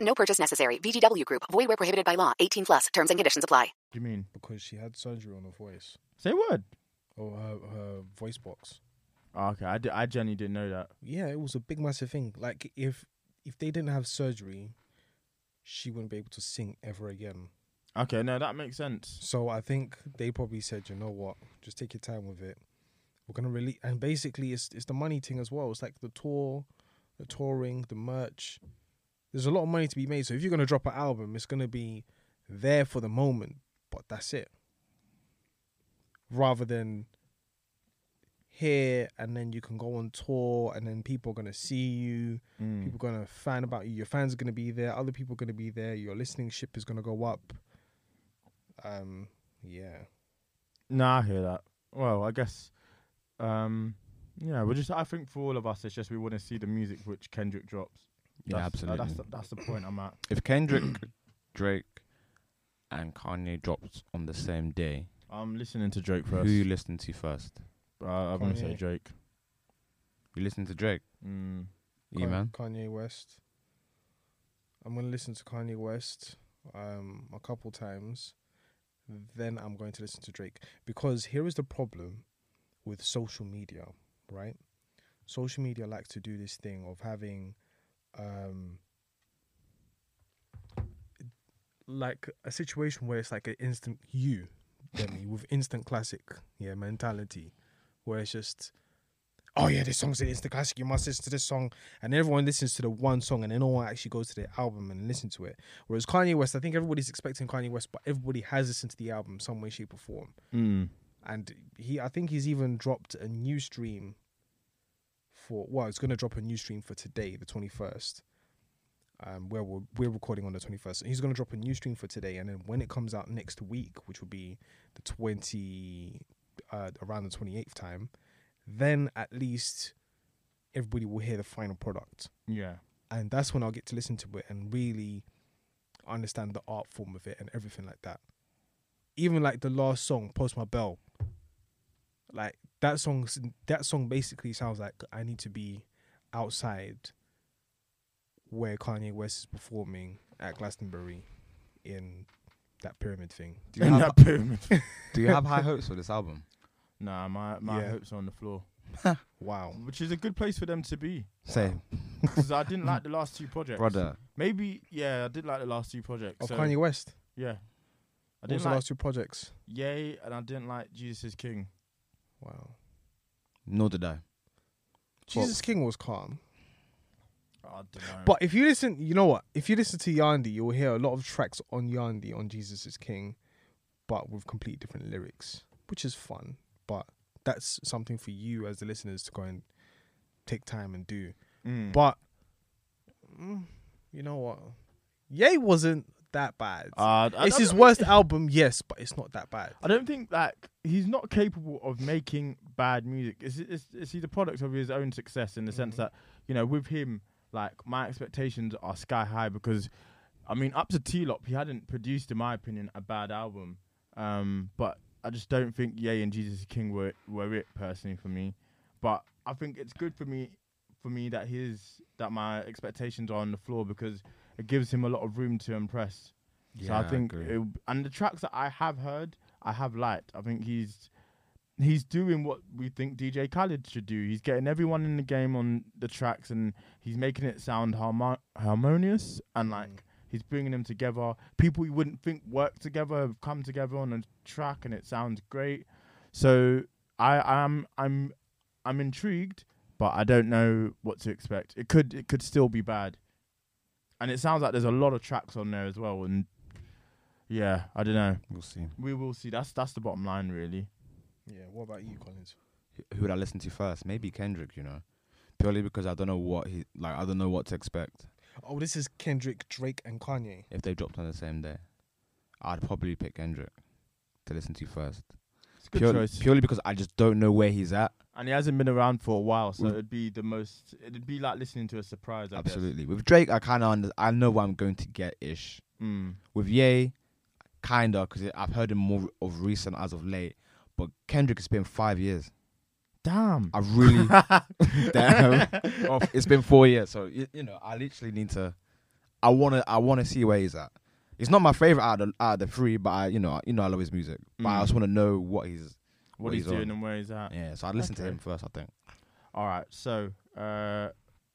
S5: No purchase necessary. VGW Group. Void where prohibited by law. 18 plus. Terms and conditions apply.
S1: What do you mean?
S3: because she had surgery on her voice
S1: Say a word.
S3: or her, her voice box.
S1: Oh, okay, I, di- I genuinely didn't know that.
S3: Yeah, it was a big massive thing. Like if if they didn't have surgery, she wouldn't be able to sing ever again.
S1: Okay, no, that makes sense.
S3: So I think they probably said, you know what, just take your time with it. We're gonna release, and basically it's it's the money thing as well. It's like the tour, the touring, the merch. There's a lot of money to be made. So if you're gonna drop an album, it's gonna be there for the moment, but that's it. Rather than here and then you can go on tour and then people are gonna see you, people are gonna fan about you, your fans are gonna be there, other people are gonna be there, your listening ship is gonna go up. Um, yeah.
S1: Nah, I hear that. Well, I guess, um, yeah, we're just. I think for all of us, it's just we want to see the music which Kendrick drops.
S2: Yeah,
S1: That's- uh,
S2: absolutely.
S1: that's the, that's the point I'm at.
S2: If Kendrick, Drake, and Kanye drops on the same day,
S1: I'm listening to Drake
S2: who you
S1: first.
S2: listen to first?
S1: Uh, I'm gonna say
S3: Kanye.
S1: Drake.
S2: You listen to Drake,
S1: Mm.
S2: you
S3: Kan-
S2: man.
S3: Kanye West. I'm gonna listen to Kanye West um a couple times. Then I'm going to listen to Drake. Because here is the problem with social media, right? Social media likes to do this thing of having um like a situation where it's like an instant you, Demi, with instant classic, yeah, mentality. Where it's just oh yeah, this song's an instant classic. You must listen to this song, and everyone listens to the one song, and then no one actually goes to the album and listens to it. Whereas Kanye West, I think everybody's expecting Kanye West, but everybody has listened to the album some way, shape, or form.
S1: Mm.
S3: And he, I think he's even dropped a new stream for well, it's going to drop a new stream for today, the twenty first. Um, where we're, we're recording on the 21st. And he's going to drop a new stream for today. And then when it comes out next week, which will be the 20, uh, around the 28th time, then at least everybody will hear the final product.
S1: Yeah.
S3: And that's when I'll get to listen to it and really understand the art form of it and everything like that. Even like the last song, Post My Bell. Like that song that song basically sounds like I need to be outside where Kanye West is performing at Glastonbury in that pyramid thing.
S2: Do you,
S1: In
S2: have,
S1: that pyramid.
S2: do you have high hopes for this album?
S1: nah, my my
S3: Yeah.
S1: hopes are on the floor,
S3: Wow.
S1: which is a good place for them to be.
S2: Same,
S1: Because I didn't like the last two projects.
S2: brother.
S1: Maybe yeah, I did like the last two projects.
S3: Of
S1: so,
S3: Oh, Kanye West.
S1: Yeah. I
S3: What was
S1: didn't
S3: the
S1: like
S3: last two projects?
S1: Yay, and I didn't like Jesus is King.
S3: Wow.
S2: Nor did I.
S3: Jesus King was calm.
S1: I don't know.
S3: But if you listen, you know what? If you listen to Yandi, you'll hear a lot of tracks on Yandi on Jesus is King, but with completely different lyrics, which is fun. But that's something for you as the listeners to go and take time and do. But mm, you know what? Ye wasn't that bad.
S1: Uh, I-
S3: it's
S1: I
S3: his
S1: don't-
S3: worst album, yes, but it's not that bad.
S1: I don't think like he's not capable of making bad music. It's it's, it's he's the product of his own success in the sense that you know with him like my expectations are sky high because I mean up to T Lop he hadn't produced in my opinion a bad album, um, but I just don't think Ye and Jesus is King were were it personally for me. But I think it's good for me for me that his that my expectations are on the floor because it gives him a lot of room to impress.
S2: Yeah,
S1: so
S2: I
S1: I think
S2: agree.
S1: it, and the tracks that I have heard, I have liked. I think he's he's doing what we think DJ Khaled should do. He's getting everyone in the game on the tracks and he's making it sound harmo- harmonious and like
S2: Mm.
S1: he's bringing them together. People you wouldn't think work together have come together on a track and it sounds great. So I am I'm I'm intrigued, but I don't know what to expect. It could it could still be bad. And it sounds like there's a lot of tracks on there as well and yeah, I don't know.
S2: We'll see.
S1: We will see. That's that's the bottom line really.
S3: Yeah, what about you, Collins?
S2: Who- Who would I listen to first? Maybe Kendrick. You know, purely because I don't know what he like. I don't know what to expect
S3: Oh, this is Kendrick, Drake, and Kanye.
S2: if they dropped on the same day. I'd probably pick Kendrick to listen to first.
S1: It's a good
S2: Pure-
S1: choice.
S2: Purely because I just don't know where he's at.
S1: and he hasn't been around for a while, so
S2: Mm.
S1: it'd be the most. It'd be like listening to a surprise. I
S2: Absolutely. With Drake, I kind of under- I know what I'm going to get ish.
S1: Guess. Mm.
S2: With Ye, kinda because I've heard him more of recent as of late. But Kendrick, it's been five years.
S1: Damn.
S2: I really damn. Oh, it's been four years, so you, you know I literally need to. I wanna I wanna see where he's at. It's not my favorite out of, out of the three, but I you know I- you know I love his music, but I
S1: Mm.
S2: just wanna know what he's
S1: What he's doing
S2: on.
S1: and where he's at.
S2: Yeah, so I'd listen to
S1: Okay.
S2: him first. I think.
S1: All right. So, uh,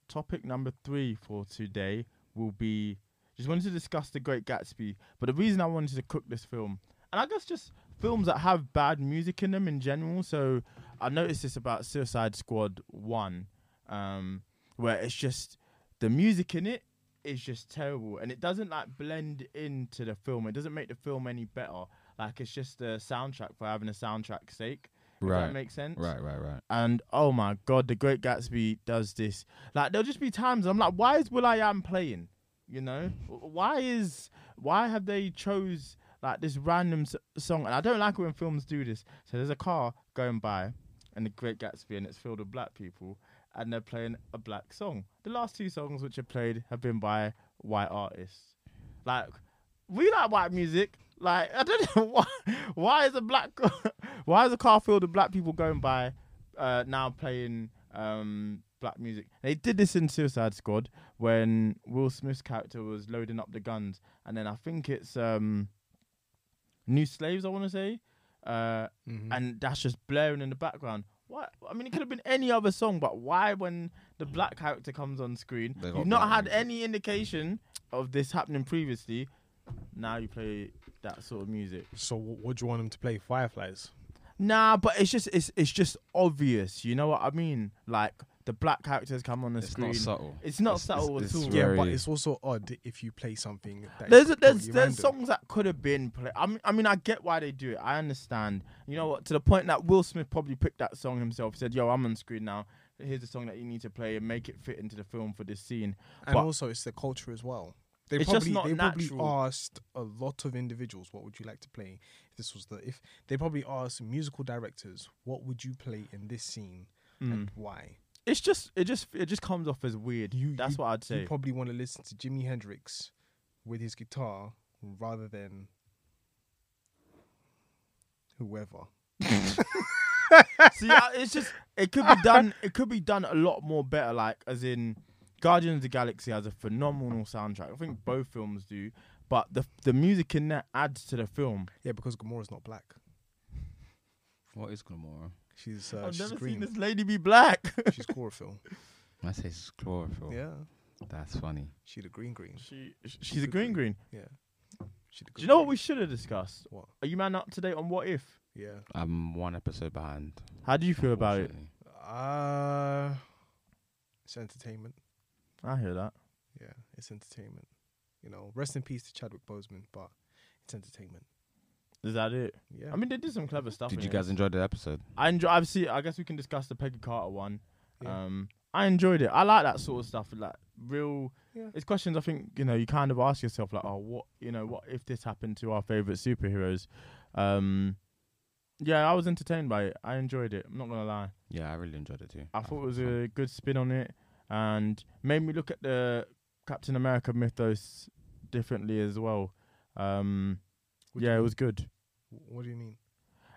S1: topic number three for today will be just wanted to discuss the Great Gatsby. But the reason I wanted to cook this film, and I guess just films that have bad music in them in general. So I noticed this about Suicide Squad One, um, where it's just the music in it is just terrible, and it doesn't like blend into the film. It doesn't make the film any better. Like it's just a soundtrack for having a soundtrack's sake. If
S2: Right.
S1: that makes sense
S2: Right, right, right.
S1: and oh my god, The Great Gatsby does this. Like there'll just be times I'm like, why is Will I Am playing? You know, why is why have they chose like this random s- song? And I don't like it when films do this. So there's a car going by, and The Great Gatsby, and it's filled with black people, and they're playing a black song. The last two songs which are played have been by white artists. Like we like white music. Like I don't know why. Why is a black? Why is a car filled with black people going by? Uh, now playing um black music. They did this in Suicide Squad when Will Smith's character was loading up the guns, and then I think it's um New Slaves. I want to say, uh,
S2: Mm-hmm.
S1: and that's just blaring in the background. What? I mean, it could have been any other song, but why when the black character comes on screen,
S2: They got
S1: you've not
S2: black
S1: had
S2: music.
S1: any indication of this happening previously now you play that sort of music.
S3: So, wh- what do you want him to play? Fireflies.
S1: Nah, but it's just it's it's just obvious. You know what I mean? Like the black characters come on the
S2: It's
S1: screen.
S2: not subtle.
S1: It's not subtle at all.
S3: Yeah, but
S2: very-
S3: it's also odd if you play something. That
S1: There's
S3: is
S1: there's
S3: totally
S1: there's
S3: random.
S1: songs that could have been played. I mean, I mean, I get why they do it. I understand. You know what? To the point that Will Smith probably picked that song himself. Said, "Yo, I'm on screen now. Here's the song that you need to play and make it fit into the film for this scene."
S3: and
S1: but-
S3: also it's the culture as well. They
S1: It's
S3: probably
S1: just not
S3: they
S1: natural.
S3: probably asked a lot of individuals, "What would you like to play?" If this was the if they probably asked musical directors, "What would you play in this scene?"
S1: Mm.
S3: and why.
S1: It's just it just it just comes off as weird.
S3: You,
S1: That's
S3: you-
S1: what I'd say.
S3: You probably want to listen to Jimi Hendrix with his guitar rather than whoever.
S1: See, I- it's just it could be done. It could be done a lot more better. Like as in, Guardians of the Galaxy has a phenomenal soundtrack. I think both films do, but the the music in that adds to the film.
S3: Yeah, because Gamora's not black.
S2: What is Gamora?
S3: She's uh,
S1: I've
S3: she's
S1: never seen
S3: green.
S1: this lady be black.
S3: she's chlorophyll.
S2: I say it's chlorophyll.
S3: Yeah,
S2: That's funny.
S3: she the green green.
S1: she she's a green green.
S3: Yeah. She the
S1: Do
S3: green
S1: you know what we should have discussed?
S3: What?
S1: Are you man up to date on what if?
S3: Yeah.
S2: I'm one episode behind.
S1: How do you feel about it?
S2: unfortunately.
S3: Uh it's entertainment.
S1: I hear that.
S3: Yeah, it's entertainment. You know, rest in peace to Chadwick Boseman, but it's entertainment.
S1: Is that it?
S3: Yeah.
S1: I mean, they did some clever stuff.
S2: Did
S1: in
S2: you
S1: it.
S2: guys enjoy the episode?
S1: I enjoy. I've seen. I guess we can discuss the Peggy Carter one.
S3: Yeah.
S1: Um, I enjoyed it. I like that sort of stuff. Like real.
S3: Yeah.
S1: It's questions I think you know you kind of ask yourself like, oh, what you know, what if this happened to our favorite superheroes? Um, yeah, I was entertained by it. I enjoyed it. I'm not gonna lie.
S2: Yeah, I really enjoyed it too.
S1: I thought it was
S2: fun.
S1: a good spin on it, and made me look at the Captain America mythos differently as well. Um,
S3: What do you
S1: yeah, it
S3: mean?
S1: was good.
S3: Wh- What do you mean?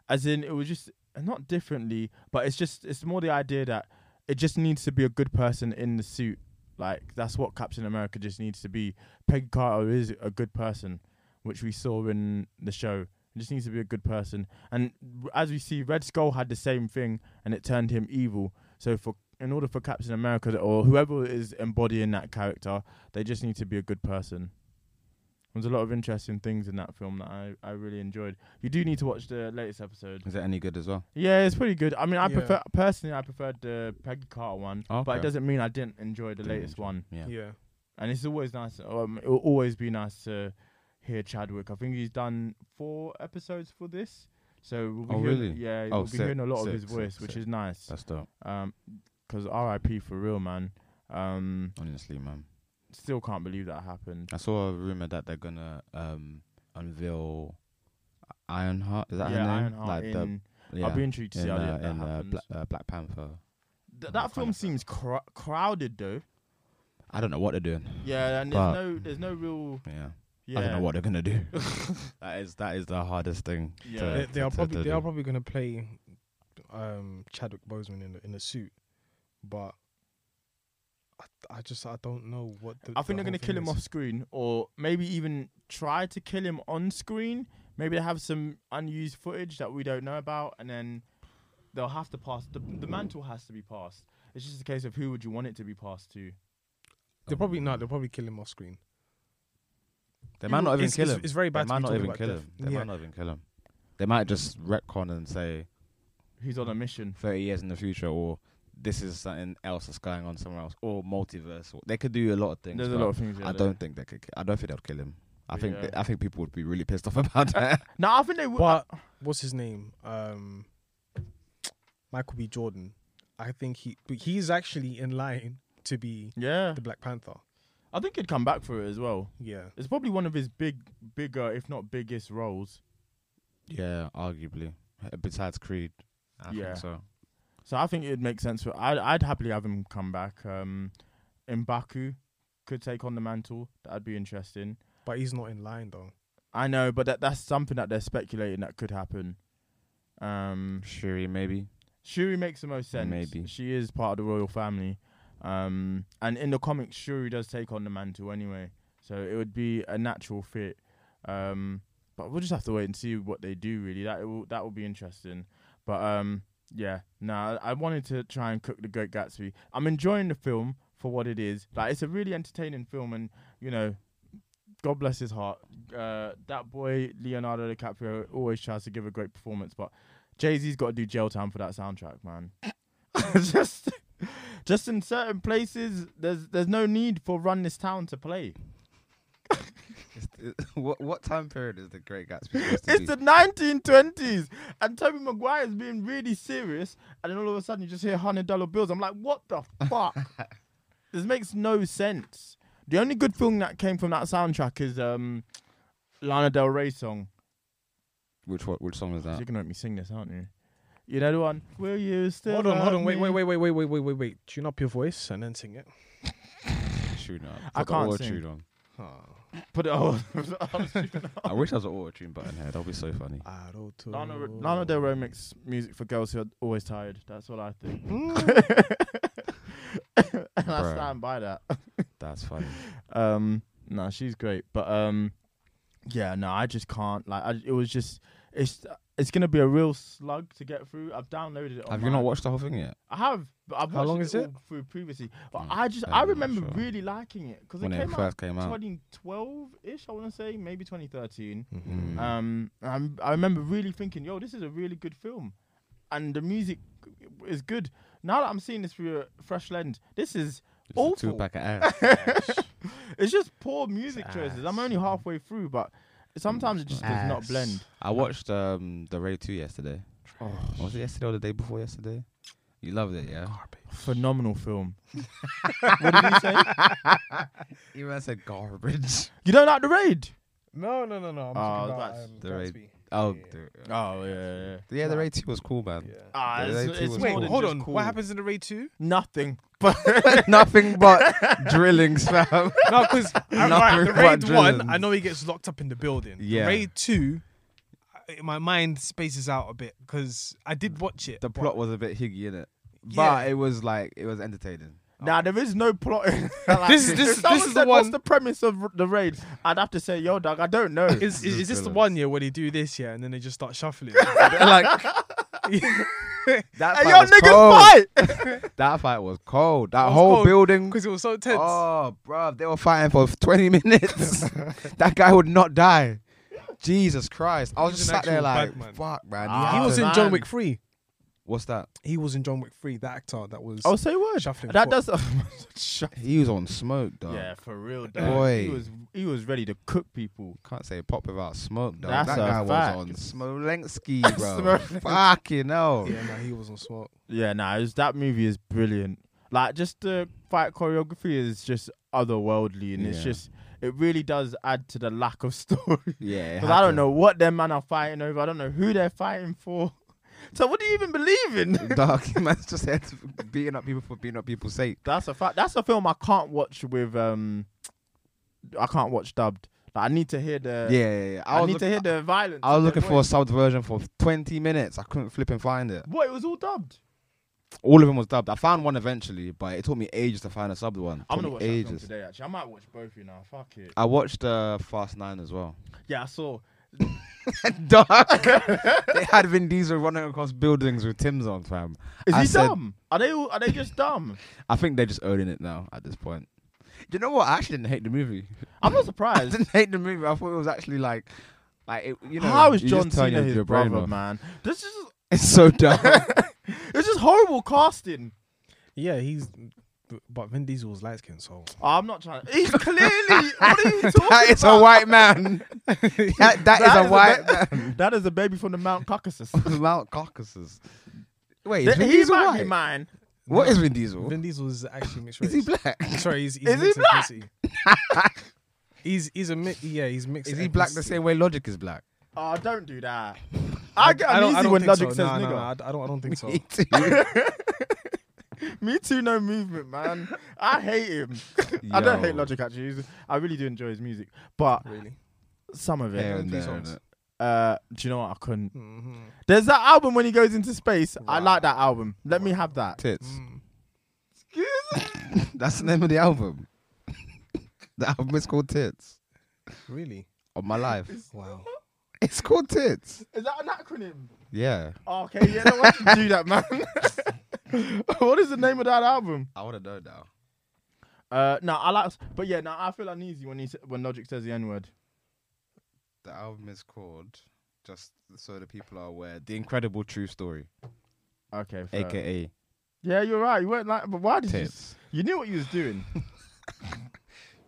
S1: as in it was just not differently, but it's just it's more the idea that it just needs to be a good person in the suit. Like that's what Captain America just needs to be. Peggy Carter is a good person, which we saw in the show. It just needs to be a good person, and w- as we see, Red Skull had the same thing, and it turned him evil. So for in order for Captain America to- or whoever is embodying that character, they just need to be a good person. There's a lot of interesting things in that film that I, I really enjoyed. You do need to watch the latest episode.
S2: Is it any good as well?
S1: Yeah, it's pretty good. I mean, I
S3: Yeah.
S1: prefer personally, I preferred the Peggy Carter one, but
S2: Oh, Okay.
S1: it doesn't mean I didn't enjoy the
S2: Didn't
S1: latest
S2: enjoy-
S1: one.
S2: Yeah.
S3: Yeah.
S1: And it's always nice. Um, it'll always be nice to hear Chadwick. I think he's done four episodes for this, so we'll be
S2: Oh,
S1: hearing,
S2: really?
S1: yeah,
S2: Oh,
S1: we'll be
S2: sick,
S1: hearing a lot
S2: sick,
S1: of his
S2: sick,
S1: voice, which
S2: sick.
S1: is nice.
S2: That's dope.
S1: Um 'cause R.I.P. for real, man. Um,
S2: Honestly, man.
S1: still can't believe that happened.
S2: I saw a rumor that they're gonna um unveil Ironheart. Is that her
S1: yeah,
S2: name?
S1: Ironheart.
S2: like the-
S1: in-
S2: yeah,
S1: I'll be intrigued to see
S2: in,
S1: how
S2: uh,
S1: that
S2: in, uh,
S1: happens.
S2: Bla- uh, Black Panther.
S1: Th-
S2: Black
S1: that film
S2: Panther.
S1: seems cr- crowded though.
S2: I don't know what they're doing.
S1: Yeah, and
S2: But-
S1: there's no there's no real
S2: Yeah.
S1: yeah.
S2: I don't know what they're gonna do. that is that is the hardest thing.
S1: Yeah.
S2: to-
S3: They,
S2: to-
S3: they are
S2: to-
S3: probably
S2: to
S3: they are
S2: do.
S3: probably gonna play um, Chadwick Boseman in a, in a suit, but I, I just I don't know what the,
S1: I think they're
S3: going
S1: gonna
S3: to
S1: kill him
S3: is.
S1: off screen, or maybe even try to kill him on screen. Maybe they have some unused footage that we don't know about, and then they'll have to pass the the mantle has to be passed. It's just a case of who would you want it to be passed to.
S3: They're probably not. They'll probably kill him off screen.
S2: They might not even
S3: It's-
S2: kill
S3: it's-
S2: him.
S3: it's very bad to
S2: They might
S3: be
S2: not
S3: talking
S2: even
S3: about
S2: kill
S3: death.
S2: him. They
S3: Yeah.
S2: might not even kill him. They might just retcon and say
S1: Who's on a mission?
S2: thirty years in the future, or this is something else that's going on somewhere else, or multiverse. Or, they could do a lot of things.
S1: There's a
S2: but
S1: lot of things. yeah,
S2: I
S1: there.
S2: don't think they could. ki- I don't think they'll kill him. I think
S1: Yeah.
S2: I think people would be really pissed off about that.
S1: No, I think they would.
S3: But what's his name? Um, Michael B. Jordan. I think he but he's actually in line to be
S1: yeah,
S3: the Black Panther.
S1: I think he'd come back for it as well.
S3: Yeah.
S1: It's probably one of his big, bigger, if not biggest roles.
S2: yeah, arguably. Besides Creed, I
S1: Yeah.
S2: think so.
S1: So I think it'd make sense for I'd I'd happily have him come back. Um Mbaku could take on the mantle. That'd be interesting.
S3: But he's not in line though.
S1: I know, but that that's something that they're speculating that could happen. Um
S2: Shuri, maybe.
S1: Shuri makes the most sense.
S2: Maybe.
S1: She is part of the royal family. Um and in the comics Shuri does take on the mantle anyway. So it would be a natural fit. Um but we'll just have to wait and see what they do really. That will that will be interesting. But um, yeah, no, I I wanted to try and cook the Great Gatsby. I'm enjoying the film for what it is. Like it's a really entertaining film, and you know, God bless his heart. Uh, that boy Leonardo DiCaprio always tries to give a great performance, but Jay Z's got to do jail time for that soundtrack, man. just, just in certain places, there's there's no need for Run This Town to play.
S2: what what time period is the Great Gatsby? supposed to be?
S1: It's the 1920s, and Toby Maguire's being really serious, and then all of a sudden you just hear hundred dollar bills. I'm like, what the fuck? this makes no sense. The only good thing that came from that soundtrack is um, Lana Del Rey song.
S2: which what which song is that?
S1: You're gonna make me sing this, aren't you? You know the one. Will you still?
S3: Hold on, hold
S1: love
S3: on, wait,
S1: me?
S3: wait, wait, wait, wait, wait, wait, wait, wait. Tune up your voice and then sing it.
S2: Tune up.
S1: I
S2: Put the
S1: can't
S2: auto
S1: sing.
S2: tune on.
S1: Put it on.
S2: I wish I was an auto tune button here. That'd be so funny.
S1: Lana, Lana Del Rey makes music for girls who are always tired. That's what I think. and I
S2: Bruh.
S1: stand by that.
S2: That's funny.
S1: Um, no, she's great, but um, yeah, no, I just can't. Like, I, it was just, it's, it's gonna be a real slug to get through. I've downloaded it. On
S2: Have
S1: my,
S2: you not watched the whole thing yet?
S1: I have. But I've
S3: How
S1: watched
S3: long
S1: it
S3: is it?
S1: all through previously? But
S2: Mm,
S1: I just,
S2: I'm
S1: I
S2: not
S1: remember
S2: sure.
S1: really liking it because it
S2: When it
S1: came out
S2: first came out.
S1: 2012 ish. I want to say maybe 2013. Um, I'm, I remember really thinking, yo, this is a really good film, and the music is good. Now that I'm seeing this through a fresh lens, this is
S2: Two
S1: awful.
S2: pack of ass.
S1: It's just poor music choices. I'm only halfway through, but sometimes it just does not blend.
S2: I watched um the Ray Two yesterday. Was it yesterday or the day before yesterday? You loved it, yeah.
S1: Phenomenal film. what did he say?
S2: Even I said garbage.
S1: You don't like the raid?
S3: No, no, no, no. I'm
S1: Oh,
S3: talking about
S1: that's
S3: um,
S2: The Ray.
S3: Gatsby.
S2: Oh, the-
S1: Oh yeah, yeah.
S2: yeah. The Ray Two was cool, man.
S1: Ah,
S2: The
S1: it's-
S2: Ray 2
S1: it's
S2: was
S1: more
S3: Wait,
S2: cool.
S1: than
S3: hold
S1: just
S3: on.
S1: cool.
S3: What happens in the raid two?
S1: Nothing. But
S2: Nothing but drillings, fam.
S3: No, because
S2: Nothing
S3: the
S2: but
S3: raid one,
S2: drillings.
S3: I know he gets locked up in the building. The
S2: Yeah.
S3: Raid two, I- my mind spaces out a bit because I did watch it.
S2: The
S3: but-
S2: plot was a bit higgy in it,
S3: Yeah.
S2: but it was like it was entertaining.
S1: now there is no plot. in- like,
S3: This is- this
S1: if
S3: is- this
S1: someone
S3: is the
S1: said, What's
S3: one-
S1: the premise of r- the raid? I'd have to say, yo, dog, I don't know.
S3: Is, is, is this the
S2: Drillings.
S3: one year where they do this yeah and then they just start shuffling?
S2: like that
S1: Hey,
S2: fight
S1: yo,
S2: was
S1: niggas
S2: cold.
S1: fight.
S2: That fight was cold. That whole building.
S3: because it was so tense.
S2: Oh, bro, they were fighting for 20 minutes. that guy would not die. Jesus Christ. I was
S3: He's
S2: just
S3: an
S2: sat there
S3: actual
S2: like,
S3: bad man.
S2: fuck, man.
S1: Ah,
S3: he
S2: you
S3: was
S2: have to-
S3: in John
S1: man.
S3: Wick three.
S2: What's that?
S3: He was in John Wick three. That actor that
S2: Oh,
S3: was.
S1: I'll say word.
S3: Shuffling
S1: that
S3: foot.
S1: does. Shuff-
S2: He was on smoke, dog.
S1: yeah, for real, dog. He
S2: Boy.
S1: was he was ready to cook people.
S2: Can't say pop without smoke, dog.
S1: That's
S2: that
S1: a
S2: guy
S1: fact.
S2: was on Smolensky, bro. Fucking hell.
S3: yeah, no, he was on SWAT.
S1: Yeah, nah, it was, that movie is brilliant. Like, just the fight choreography is just otherworldly, and it's
S2: Yeah.
S1: just it really does add to the lack of story.
S2: Yeah, it
S1: because
S2: had
S1: I don't
S2: to.
S1: know what their man are fighting over. I don't know who they're fighting for. So, what do you even believe in?
S2: Dog, man's just had to beating up people for beating up people's sake.
S1: That's a fact. That's a film I can't watch with um, I can't watch dubbed. Like, I need to hear the
S2: Yeah, yeah, yeah.
S1: I,
S2: was
S1: need
S2: look-
S1: to hear the violence.
S2: I was
S1: and
S2: looking
S1: the
S2: for a
S1: noise.
S2: subbed version for 20 minutes. I couldn't flip and find it.
S1: What? It was all dubbed.
S2: All of them was dubbed. I found one eventually, but it took me ages to find a subbed one.
S1: I'm
S2: Took
S1: gonna
S2: me
S1: watch that film
S2: ages.
S1: today. Actually, I might watch both. You know, fuck it.
S2: I watched uh, Fast Nine as well.
S1: Yeah, I saw.
S2: Dog, they had Vin Diesel running across buildings with Tim's on, fam.
S1: Is
S2: I
S1: he
S2: said-
S1: dumb? Are they all, are they just dumb?
S2: I think they're just owning it now at this point. You know what? I actually didn't hate the movie.
S1: I'm not
S2: I
S1: surprised.
S2: didn't hate the movie. I thought it was actually like, like it, you know,
S1: How is
S2: you
S1: John
S2: just turn
S1: Cena
S2: your-
S1: his
S2: your brain
S1: brother,
S2: off.
S1: man? This is
S2: It's so dumb.
S1: this is horrible casting.
S3: Yeah, he's. But Vin Diesel was light skinned, so
S1: Oh, I'm not trying. He's clearly. what are you talking
S2: that is a
S1: about?
S2: white man. that, that is a white
S1: ba-
S2: man.
S1: that is a baby from the Mount Caucasus.
S2: Mount Caucasus. Wait,
S1: he
S2: is Vin Diesel
S1: might
S2: white?
S1: be mine.
S2: What is Vin Diesel?
S3: Vin Diesel is actually mixed race.
S2: is he black?
S3: Sorry, he's, he's
S1: Is he
S3: mixed
S1: black?
S3: ethnicity. he's he's a mi- yeah, he's mixed.
S2: Is he black the
S3: ethnicity.
S2: same way Logic is black?
S1: Oh, don't do that. I get
S3: I don't, I
S1: uneasy
S3: don't
S1: when
S3: think
S1: Logic
S3: so.
S1: says
S3: Nah, nah,
S1: nigga.
S3: nah, I d- I don't. I don't
S2: Oh.
S3: think so.
S1: Me too, no movement, man. I hate him. I don't hate
S2: Yo.
S1: Logic actually. He's- I really do enjoy his music, but
S3: Really?
S1: some of it.
S2: Here and
S3: two
S2: there,
S3: songs.
S2: innit?
S1: Uh, do you know what? I couldn't. There's that album when he goes into space. I like that album. Let me have that.
S2: Tits. That's the name of the album. the album is called Tits.
S3: Really?
S2: Of my life.
S3: Wow.
S2: It's called Tits.
S1: Is that an acronym?
S2: Yeah.
S1: Oh, okay, yeah, no, why did you do that, man? what is the name of that album?
S2: I would have known now.
S1: Uh, no, I like, but yeah, no, I feel uneasy when he s- when Logic says the N word.
S2: The album is called, just so the people are aware, The Incredible True Story,
S1: Okay, fair.
S2: aka
S1: Yeah, you're right. You weren't like, but why did you? s-
S2: Tits.
S1: You knew what you was doing.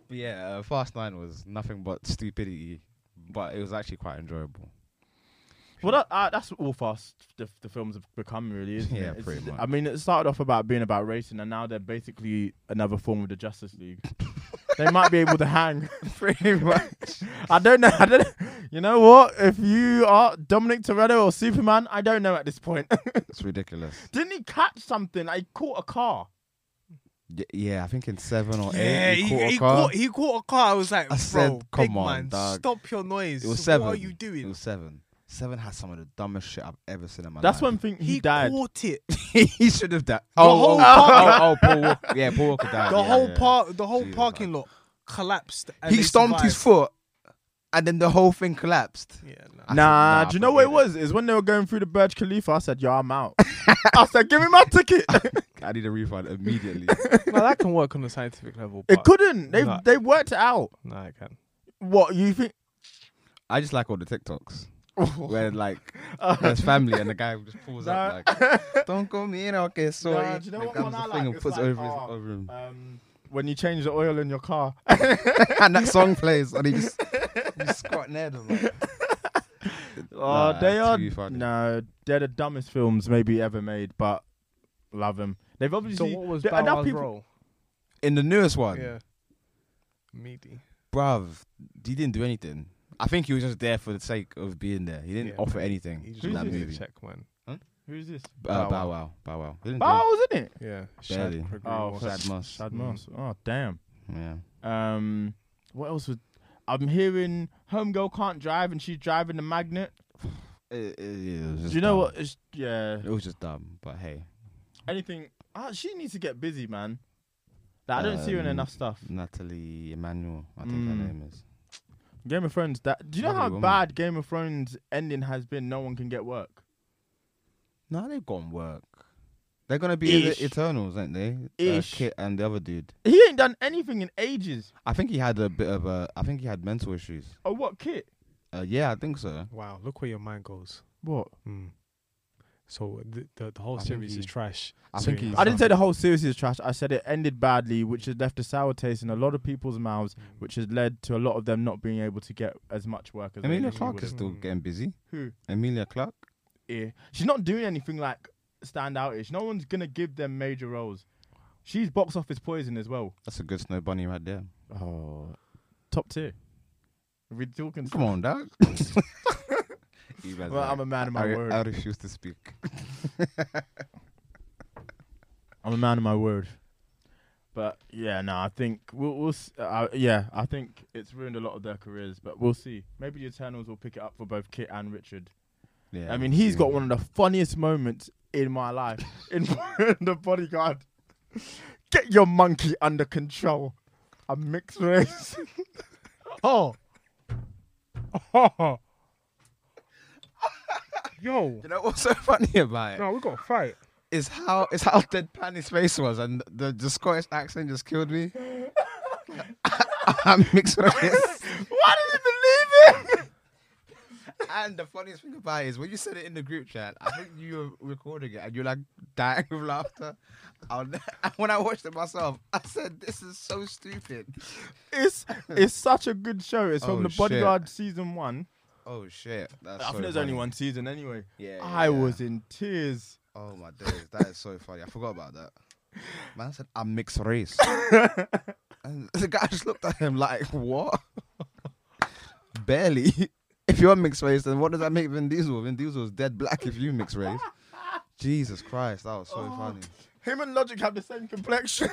S2: But yeah, uh, Fast Nine was nothing but stupidity, but it was actually quite enjoyable.
S1: well, that, uh, that's all fast. The, the films have become really, isn't
S2: Yeah,
S1: it? It's-
S2: pretty much.
S1: I mean, it started off about being about racing, and now they're basically another form of the Justice League. they might be able to hang.
S2: Pretty much.
S1: I don't know. I don't. You know what? If you are Dominic Toretto or Superman, I don't know at this point.
S2: It's ridiculous.
S1: Didn't he catch something? I caught a car.
S2: Y- yeah, I think in seven or
S3: Yeah,
S2: eight,
S3: he,
S2: eh, he caught a
S3: he
S2: car.
S3: caught, he caught a car. I was like,
S2: I
S3: bro,
S2: said,
S3: big
S2: come on,
S3: man,
S2: dog."
S3: stop your noise.
S2: it was seven.
S3: What are you doing?
S2: It was seven. Seven has some of the dumbest shit I've ever seen in my
S1: That's one
S2: life.
S1: thing he,
S3: he
S1: died.
S3: caught it.
S2: he should have died. Oh, oh,
S3: whole
S2: oh, oh, Paul Walker. Yeah, Paul Walker died.
S3: The
S2: yeah,
S3: whole
S2: yeah.
S3: park, the whole
S2: Jesus,
S3: parking lot collapsed. And
S2: He
S3: they
S2: stomped his
S3: survived.
S2: foot, and then the whole thing collapsed.
S3: Yeah, nah.
S2: I said,
S1: Nah, do you know what it
S2: forget
S1: was? Is when they were going through the Burj Khalifa, I said, "Yo, I'm out." I said, "Give me my ticket."
S2: I need a refund immediately.
S3: Now, that can work on a scientific level.
S1: it couldn't. They
S3: Nah.
S1: they worked it out.
S3: No, it can.
S1: What you think?
S2: I just like all the TikToks where like
S3: Oh.
S2: there's family and the guy just pulls up like, "Don't call me in, okay?" So
S1: Nah, do you know
S2: he
S1: what
S2: comes
S1: one I
S2: the
S1: like?
S2: thing and
S1: It's
S2: puts
S1: like,
S2: over his
S1: oh,
S2: over him,
S1: Um, when you change the oil in your car,
S2: and that song plays, and he just, he just squatting there. just Like,
S1: Uh,
S2: Nah,
S1: they
S2: it's
S1: are
S2: too funny.
S1: no, they're the dumbest films maybe ever made, but love them. They've
S3: So
S1: obviously
S3: what was
S1: there-
S3: Bow
S1: enough
S3: Wow's
S1: people-
S3: role?
S2: in the newest one,
S3: Yeah, meaty.
S2: bruv, he didn't do anything. I think he was just there for the sake of being there. He didn't
S3: Yeah.
S2: offer anything
S3: He just
S2: in that
S3: wanted to
S2: movie.
S3: check, man.
S1: Who's this?
S2: Uh, Bow Wow, Bow Wow. He didn't do-
S1: Bow was in it.
S3: Yeah, Shad
S2: Barely.
S3: Gregory
S1: Oh,
S3: was-
S1: Shad-
S2: Sad Moss.
S1: Chad Moss. Oh damn.
S2: Yeah.
S1: Um, what else was? I'm hearing Homegirl can't drive and she's driving the magnet.
S2: It- it- it was
S1: Do
S2: just
S1: you know
S2: dumb.
S1: what? It's, yeah.
S2: It was just dumb, but hey,
S1: Anything? Ah, she needs to get busy, man. Like, I don't see her in
S2: Um,
S1: enough stuff.
S2: Natalie Emmanuel, I think her
S1: Mm.
S2: name is.
S1: Game of Thrones. That. Do you know
S2: Lovely
S1: how
S2: woman.
S1: bad Game of Thrones ending has been? No one can get work.
S2: No, they've gone work. They're gonna be in
S1: Ish.
S2: the Eternals, ain't they? Uh,
S1: Ish.
S2: Kit and the other dude.
S1: He ain't done anything in ages.
S2: I think he had a bit of a. I think he had mental issues.
S1: Oh, what kit?
S2: Uh, yeah, I think so.
S3: Wow, look where your mind goes.
S1: What?
S3: Mm. So the the, the whole
S2: I think
S3: series is
S2: he-
S3: trash.
S2: I
S3: So
S2: think
S3: it-
S2: he's-
S1: I didn't say the whole series is trash. I said it ended badly, which has left a sour taste in a lot of people's mouths, which has led to a lot of them not being able to get as much work as they
S2: Emilia
S1: initially
S2: Clark
S1: would've.
S2: is
S3: Hmm.
S2: still getting busy.
S1: Who?
S2: Emilia Clark.
S1: Yeah. She's not doing anything like standoutish. No one's gonna give them major roles. She's box office poison as well.
S2: That's a good snow bunny right there.
S1: Oh, top tier. We're talking.
S2: Come on, dog. You guys
S1: Well,
S2: are-
S1: I'm a man of my
S2: I,
S1: word.
S2: I refuse to speak.
S1: I'm a man of my word. But yeah, no, I think we'll, we'll s- uh, yeah, I think it's ruined a lot of their careers, but we'll see. Maybe the Eternals will pick it up for both Kit and Richard.
S2: Yeah,
S1: I mean,
S2: we'll
S1: he's
S2: see.
S1: got one of the funniest moments in my life in the bodyguard. Get your monkey under control. A mixed race.
S3: Oh. Yo.
S2: You know what's so funny about it?
S3: No, we got to fight.
S2: is how is how deadpan his face was, and the, the Scottish accent just killed me. I'm mixed with this. Why did you believe him? And the funniest thing about it is when you said it in the group chat, I think you were recording it and you're like dying with laughter. I'll ne- and when I watched it myself, I said, "This is so stupid."
S1: it's it's such a good show. It's
S2: Oh,
S1: from the
S2: shit.
S1: Bodyguard season one.
S2: Oh shit! That's
S1: I
S2: so
S1: think there's
S2: funny.
S1: only one season anyway.
S2: Yeah,
S1: I
S2: yeah.
S1: was in tears.
S2: Oh my days, that is so funny. I forgot about that. Man said I'm mixed race, and the guy just looked at him like, "What? Barely. If you're mixed race, then what does that make Vin Diesel? Vin Diesel's dead black if you mixed race." Jesus Christ, that was so
S1: Oh.
S2: funny,
S1: Him and Logic have the same complexion.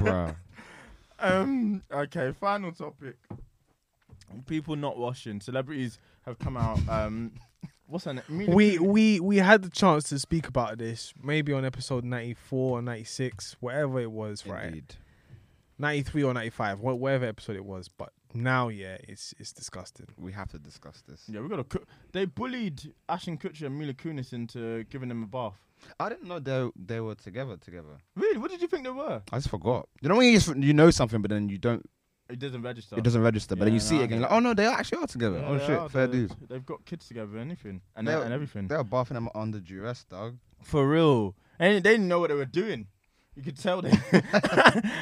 S2: bro.
S1: um, okay, final topic. People not washing. Celebrities have come out. Um, what's her name? Amelia
S3: We we we had the chance to speak about this maybe on episode 94 or 96, whatever it was, right? 93 or 95, wh- whatever episode it was, but now yeah, it's it's disgusting.
S2: we have to discuss this.
S1: Yeah, we got to. They bullied Ashton Kutcher and Mila Kunis into giving them a bath.
S2: I didn't know they they were together. Together,
S1: Really? What did you think they were?
S2: I just forgot. You know when you just, you know something, but then you don't.
S1: It doesn't register.
S2: It doesn't register, but
S1: Oh.
S2: then
S1: Yeah,
S2: you see
S1: no,
S2: it
S1: I
S2: again.
S1: get
S2: Like, oh no, they actually are together.
S1: Yeah,
S2: oh
S1: they
S2: shit,
S1: are,
S2: fair
S1: they-
S2: dues.
S1: They've got kids together and anything, and, e-
S2: They were-
S1: and everything.
S2: They were barfing them under duress, dog.
S1: For real, and they didn't know what they were doing. You could tell them.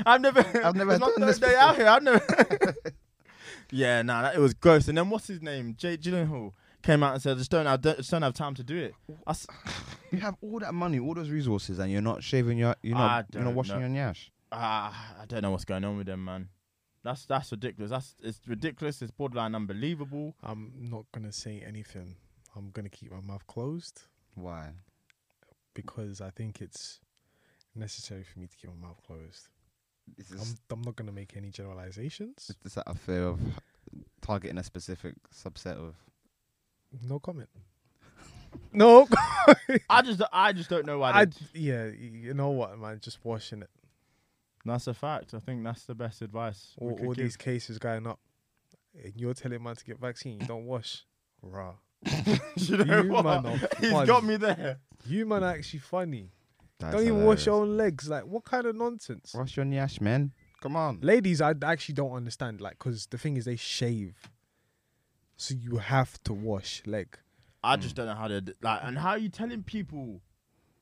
S1: I've never.
S2: I've never
S1: it's my
S2: done
S1: third
S2: this
S1: day
S2: before.
S1: out here. I've never. yeah, nah, that, it was gross. And then what's his name? Jake Gyllenhaal came out and said, "Just don't, I don't, just don't have time to do it." I s-
S2: You have all that money, all those resources, and you're not shaving your, you're
S1: I
S2: not, you're not
S1: don't
S2: washing
S1: know.
S2: your nash.
S1: Ah, I don't know what's going on with them, man. That's that's ridiculous. That's it's ridiculous. It's borderline unbelievable.
S3: I'm not gonna say anything. I'm gonna keep my mouth closed
S2: Why?
S3: because I think it's necessary for me to keep my mouth closed.
S2: It's
S3: I'm,
S1: Um,
S3: I'm not gonna make any generalizations.
S2: It's just out of fear of targeting a specific subset of.
S3: No comment. no.
S1: I just I just don't know why.
S3: I
S1: they-
S3: yeah. y- You know what, man? Just washing it.
S1: that's a fact. I think that's the best advice. we
S3: All,
S1: could
S3: all
S1: give.
S3: these cases going up, and you're telling man to get vaccine. You don't wash. Rah.
S1: you know
S3: you
S1: what?
S3: man are
S1: He's
S3: funny.
S1: got me there.
S3: You man are actually funny.
S2: That's
S3: don't even wash your
S2: hilarious.
S3: own legs. Like what kind of nonsense?
S2: Wash your nyash, man. Come on.
S3: ladies i actually don't understand like because the thing is they shave so you have to wash leg
S2: Mm.
S1: I just don't know how to d- like. And how are you telling people?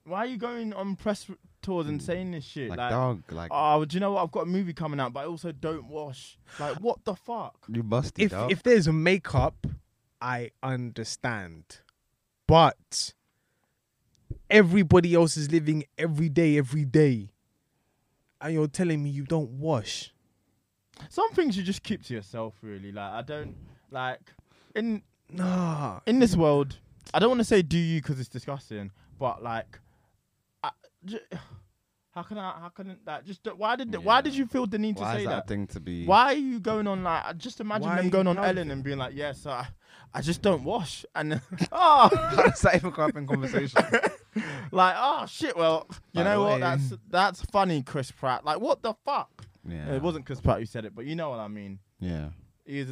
S1: Why are you going on press r- tours and saying this shit?
S2: Mm. Like, dog, like
S1: oh, do you know what? I've got a movie coming out, but I also don't wash. Like, what the fuck?
S2: you busted,
S3: if
S2: dog.
S3: if there's a makeup i understand but everybody else is living every day every day and you're telling me you don't wash
S1: Some things you just keep to yourself, really. Like, I don't like in
S3: nah
S1: in this world, I don't want to say do you because it's disgusting, but like, I, j- how can I? How can that? just don't- why did why did you feel the need
S2: Why
S1: to
S2: is
S1: say
S2: that,
S1: that?
S2: thing to be?
S1: Why are you going on like? I Just imagine
S3: Why are
S1: them
S3: you
S1: going on
S3: proud of
S1: Ellen
S3: it?
S1: and being like, "Yes, I, I just don't wash," and then, oh,
S2: How does that even come up in conversation?
S1: like oh shit. Well, you
S2: By the
S1: know
S2: way.
S1: what? That's that's funny, Chris Pratt. Like what the fuck?
S2: yeah.
S1: It wasn't Chris Pratt who said it, but you know what I mean.
S2: Yeah.
S1: He is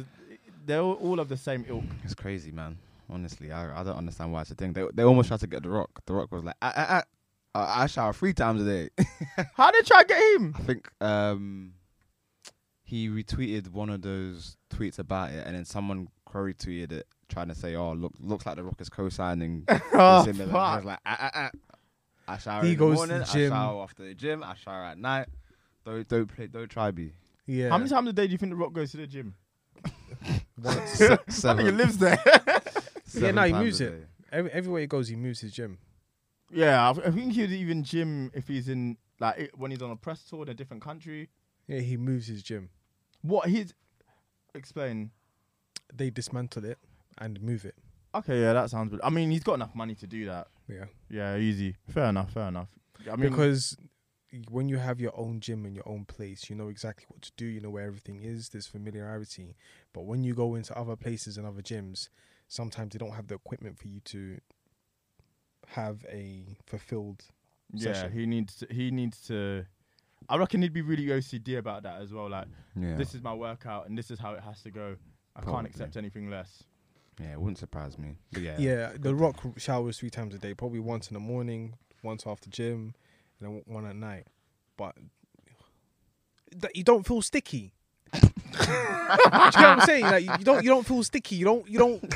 S1: they're all- all of the same ilk.
S2: It's crazy, man. Honestly, I, I don't understand why it's a thing. They they almost tried to get the Rock. The Rock was like, I I, I, I shower three times a day.
S1: How did you try to get him?
S2: I think um he retweeted one of those tweets about it, and then someone query tweeted it, trying to say, "Oh, look, looks like the Rock is co-signing."
S1: Oh,
S2: the similar- I was
S1: fuck.
S2: like, ah, ah, ah. I shower
S3: He
S2: in
S3: goes
S2: the
S3: to
S2: morning.
S3: the gym.
S2: I shower after the gym. I shower at night. Don't don't play. Don't try me.
S3: yeah
S1: How many times a day do you think the Rock goes to the gym?
S2: Se- seven,
S1: He lives there.
S3: yeah
S2: seven
S3: no he
S2: times
S3: moves
S2: a
S3: it
S2: day.
S3: Every, everywhere he goes he moves his gym
S1: Yeah, I, I think he'd even gym if he's in like it- when he's on a press tour in a different country.
S3: yeah he moves his gym
S1: What he's explain.
S3: they dismantle it and move it
S1: Okay, yeah, that sounds. Good. I mean, he's got enough money to do that.
S3: yeah
S1: Yeah, easy. Fair enough. Fair enough. I mean,
S3: because when you have your own gym and your own place, you know exactly what to do. You know where everything is. There's familiarity. But when you go into other places and other gyms, sometimes they don't have the equipment for you to have a fulfilled.
S1: yeah,
S3: session.
S1: he needs. To, he needs to. I reckon he'd be really OCD about that as well. Like,
S2: Yeah.
S1: this is my workout and this is how it has to go. I can't
S2: Probably.
S1: accept anything less.
S2: Yeah, it wouldn't surprise me. But yeah.
S3: Yeah, The Rock showers three times a day, probably once in the morning, once after gym, and then one at night. But that you don't feel sticky. Do you know what I'm saying? Like you don't you don't feel sticky. You don't you don't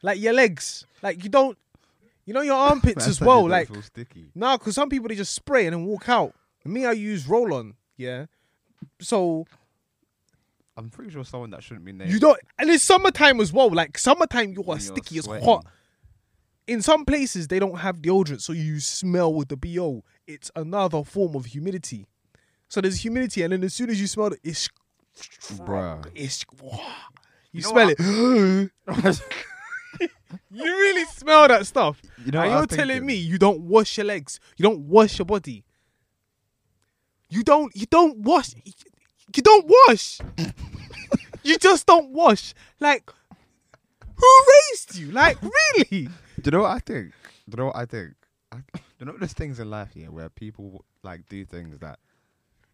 S3: like your legs. Like you don't you know your armpits
S2: Man
S3: as
S2: said
S3: well.
S2: you don't
S3: Like
S2: feel sticky.
S3: nah, cause some people they just spray and then walk out. Me, I use roll on. Yeah. So
S2: I'm pretty sure someone that shouldn't be named.
S3: you don't and it's summertime as well. Like summertime you are
S2: when you're
S3: sticky as
S2: sweating.
S3: hot. in some places they don't have deodorant, so you smell with the BO. It's another form of humidity. So there's humidity, and then as soon as you smell it, it's
S2: Bruh.
S3: it's you,
S2: know
S3: smell
S2: what?
S3: it. you really smell that stuff.
S2: You know what I
S3: and you're
S2: was
S3: telling
S2: thinking?
S3: me you don't wash your legs, you don't wash your body. You don't you don't wash you don't wash. you just don't wash. Like who raised you? Like really?
S2: Do you know what I think? Do you know what I think? I, do you know there's things in life here where people like do things that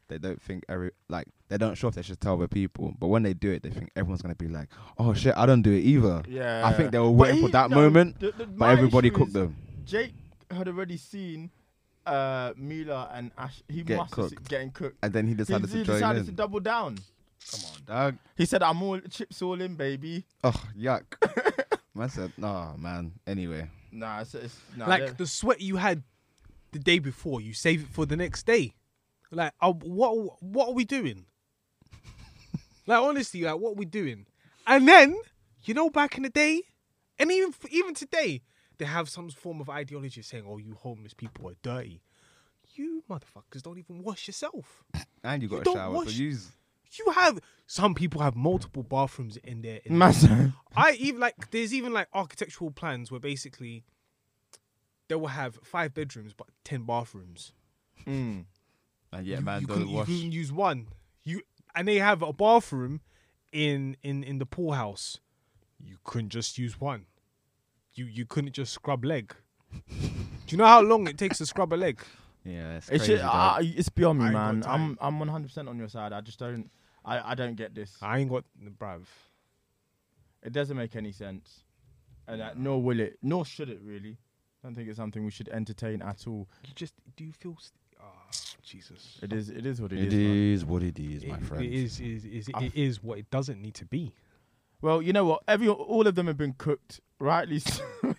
S2: they don't think every like they don't sure if they should tell other people, but when they do it, they think everyone's gonna be like, "Oh shit, I don't do it either." I think they were
S1: But
S2: waiting for
S1: he-
S2: that
S1: no,
S2: moment,
S1: the- the-
S2: but
S1: my
S2: everybody
S1: issue
S2: cooked
S1: is
S2: them.
S1: Jake had already seen uh Mila and Ash. He
S2: Get
S1: must have se-
S2: cooked.
S1: getting cooked.
S2: And then he
S1: He,
S2: decided
S1: he
S2: to join
S1: decided
S2: in.
S1: to double down.
S2: Dog.
S1: He said, "I'm all chips all in, baby."
S2: Oh yuck! man said, "Oh man." Anyway,
S1: Nah, it's, it's nah, they're-
S3: like the sweat you had the day before, you save it for the next day. Like, uh, what what are we doing? like, honestly, like, what are we doing? And then, you know, back in the day, and even even today, they have some form of ideology saying, "Oh, you homeless people are dirty." You motherfuckers don't even wash yourself.
S2: and you got
S3: don't
S2: a shower,
S3: wash-
S2: so use
S3: You have some people have multiple bathrooms in their. In their
S1: Massive.
S3: I even like there's even like architectural plans where basically they will have five bedrooms but ten bathrooms.
S2: And Uh, yeah, man,
S3: you,
S2: don't
S3: can,
S2: wash.
S3: you can use one. You and they have a bathroom in in in the pool house. You couldn't just use one. You you couldn't just scrub leg. Do you know how long it takes to scrub a leg?
S2: yeah, it's
S1: It's
S2: crazy.
S1: just,
S2: dog.
S1: uh, it's beyond me,
S3: I ain't got
S1: man. I'm
S3: time.
S1: I'm 100 percent on your side. I just don't. I, I don't get this.
S3: I ain't got bruv.
S1: It doesn't make any sense, and uh, nor will it, nor should it really. I don't think it's something we should entertain at all.
S3: You just do you feel? St- oh, Jesus.
S1: It is. It is what
S2: it
S1: is. man.
S2: is what it is, my
S3: It-
S2: friend.
S3: It is is is it is what it doesn't need to be.
S1: Well, you know what? Every all of them have been cooked, rightly, so,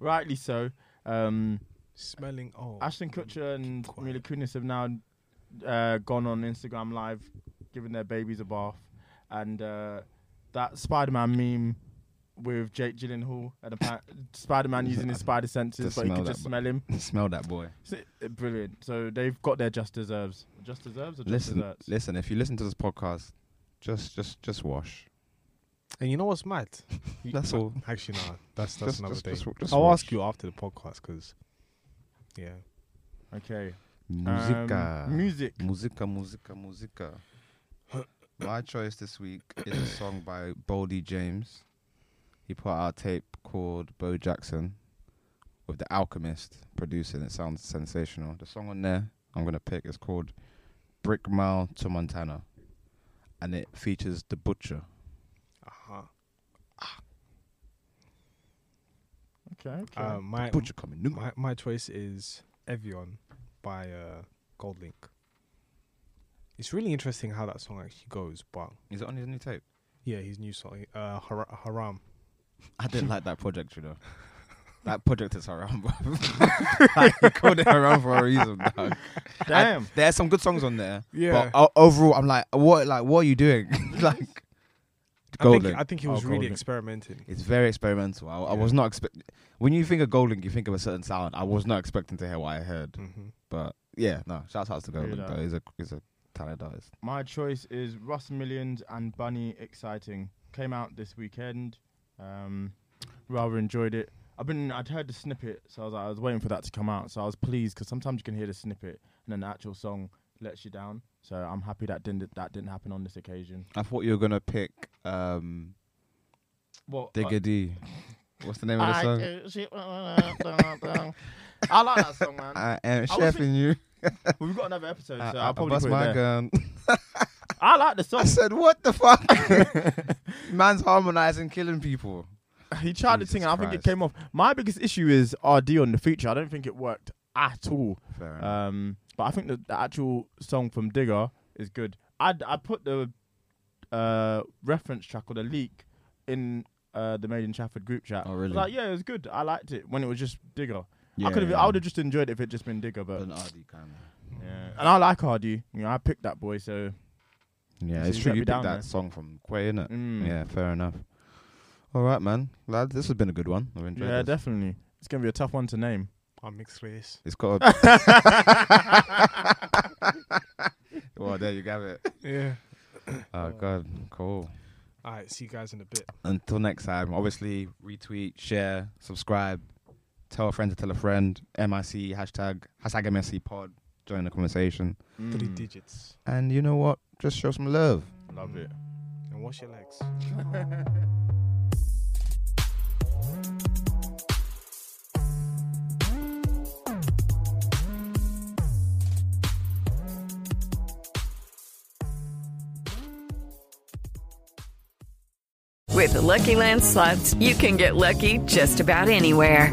S1: rightly so. Um,
S3: Smelling oh
S2: Mm,
S1: Ashton Kutcher and
S3: quiet.
S1: Mila Kunis have now uh, gone on Instagram Live, giving their babies a bath, and uh, that Spider-Man meme with Jake Gyllenhaal and appa- Spider-Man using his spider senses,
S2: Just
S1: but he could
S2: smell
S1: just
S2: that,
S1: smell him.
S2: Smell that boy.
S1: S- Brilliant. So they've got their just deserves. Just deserves or just
S2: Listen,
S1: desserts?
S2: listen. If you listen to this podcast, just, just, just wash.
S3: And you know what's mad? You-
S2: That's all.
S3: Actually, nah. That's that's
S2: Just-
S3: another
S2: just-
S3: day.
S2: just- just
S3: I'll
S2: watch.
S3: ask you uh, after the podcast because, yeah,
S1: Okay.
S2: Musica.
S1: Um, music.
S2: Musica, musica, musica. My choice this week is a song by Boldy James. He put out a tape called Bo Jackson with The Alchemist producing. It sounds sensational. The song on there I'm going to pick is called Brick Mile to Montana. And it features The Butcher.
S1: Okay. okay.
S3: uh, my
S2: Butcher coming. new.
S3: my my choice is Evian by uh, Gold Link. It's really interesting how that song actually goes, but
S2: Is it on his new tape?
S3: yeah, his new song, uh, Har- Haram.
S2: I didn't like that project, you know. That project is around, bro. like, he called it around for a reason, dog.
S1: Damn.
S2: I- there's some good songs on there.
S3: Yeah.
S2: But o- overall, I'm like, what? Like, what are you doing? like,
S3: I think
S2: Golden.
S3: I think he
S1: Oh,
S3: was really
S1: Gold Link.
S3: experimenting.
S2: it's very experimental. I, I was not expect. When you think of Golden, you think of a certain sound. I was not expecting to hear what I heard.
S3: Mm-hmm.
S2: But yeah, no. Shout out to Golden.
S1: Really?
S2: Though. He's a he's a talented artist.
S1: My choice is Russ Millions and Bunny Exciting. Came out this weekend. Um, rather enjoyed it. I've been I'd heard the snippet, so I was like, I was waiting for that to come out. So I was pleased because sometimes you can hear the snippet and then the actual song lets you down. So I'm happy that didn't that didn't happen on this occasion.
S2: I thought you were gonna pick um
S1: Well, uh,
S2: Diggity. What's the name of the song?
S1: I, do uh, shit, uh, I like that song, man.
S2: I am
S1: I was
S2: chefing you.
S1: Well, We've got another episode, so
S2: I,
S1: uh, I'll
S2: I
S1: probably
S2: Uh, bust
S1: put it
S2: my
S1: there.
S2: gun.
S1: I like the
S2: I
S1: song.
S2: said, what the fuck? Man's harmonizing, killing people.
S1: He tried to
S2: Jesus
S1: sing, and I think it
S2: Christ.
S1: came off. My biggest issue is RD on the feature. I don't think it worked at all.
S2: Fair enough.
S1: Um, but I think the, the actual song from Digger is good. I'd I put the uh, reference track or the leak in uh, the Made in Chafford group chat.
S2: Oh, really?
S1: Like, yeah, it was good. I liked it when it was just Digger.
S2: Yeah,
S1: I could have.
S2: yeah.
S1: I would have just enjoyed it if it just been Digger, but
S2: An RD kind
S1: yeah. And I like RD. You know, I picked that boy, so
S2: of. Yeah,
S1: So
S2: it's
S1: you
S2: true.
S1: let
S2: You
S1: me
S2: picked
S1: down
S2: that
S1: there.
S2: song from Quay, innit?
S1: Mm.
S2: Yeah, fair enough. All right, man. Lad, this has been a good one. I've enjoyed
S1: yeah,
S2: this.
S1: definitely. It's gonna be a tough one to name.
S3: I'm mixed race.
S2: It's got a... well, there you have it.
S3: Yeah.
S2: Oh, God. Cool.
S3: All right. See you guys in a bit.
S2: Until next time, obviously, retweet, share, subscribe, tell a friend to tell a friend, MIC, hashtag, hashtag MSC pod, join the conversation.
S3: Three digits.
S2: And you know what? Just show some love.
S1: Love it.
S3: And wash your legs.
S6: With the Lucky Land slots, you can get lucky just about anywhere.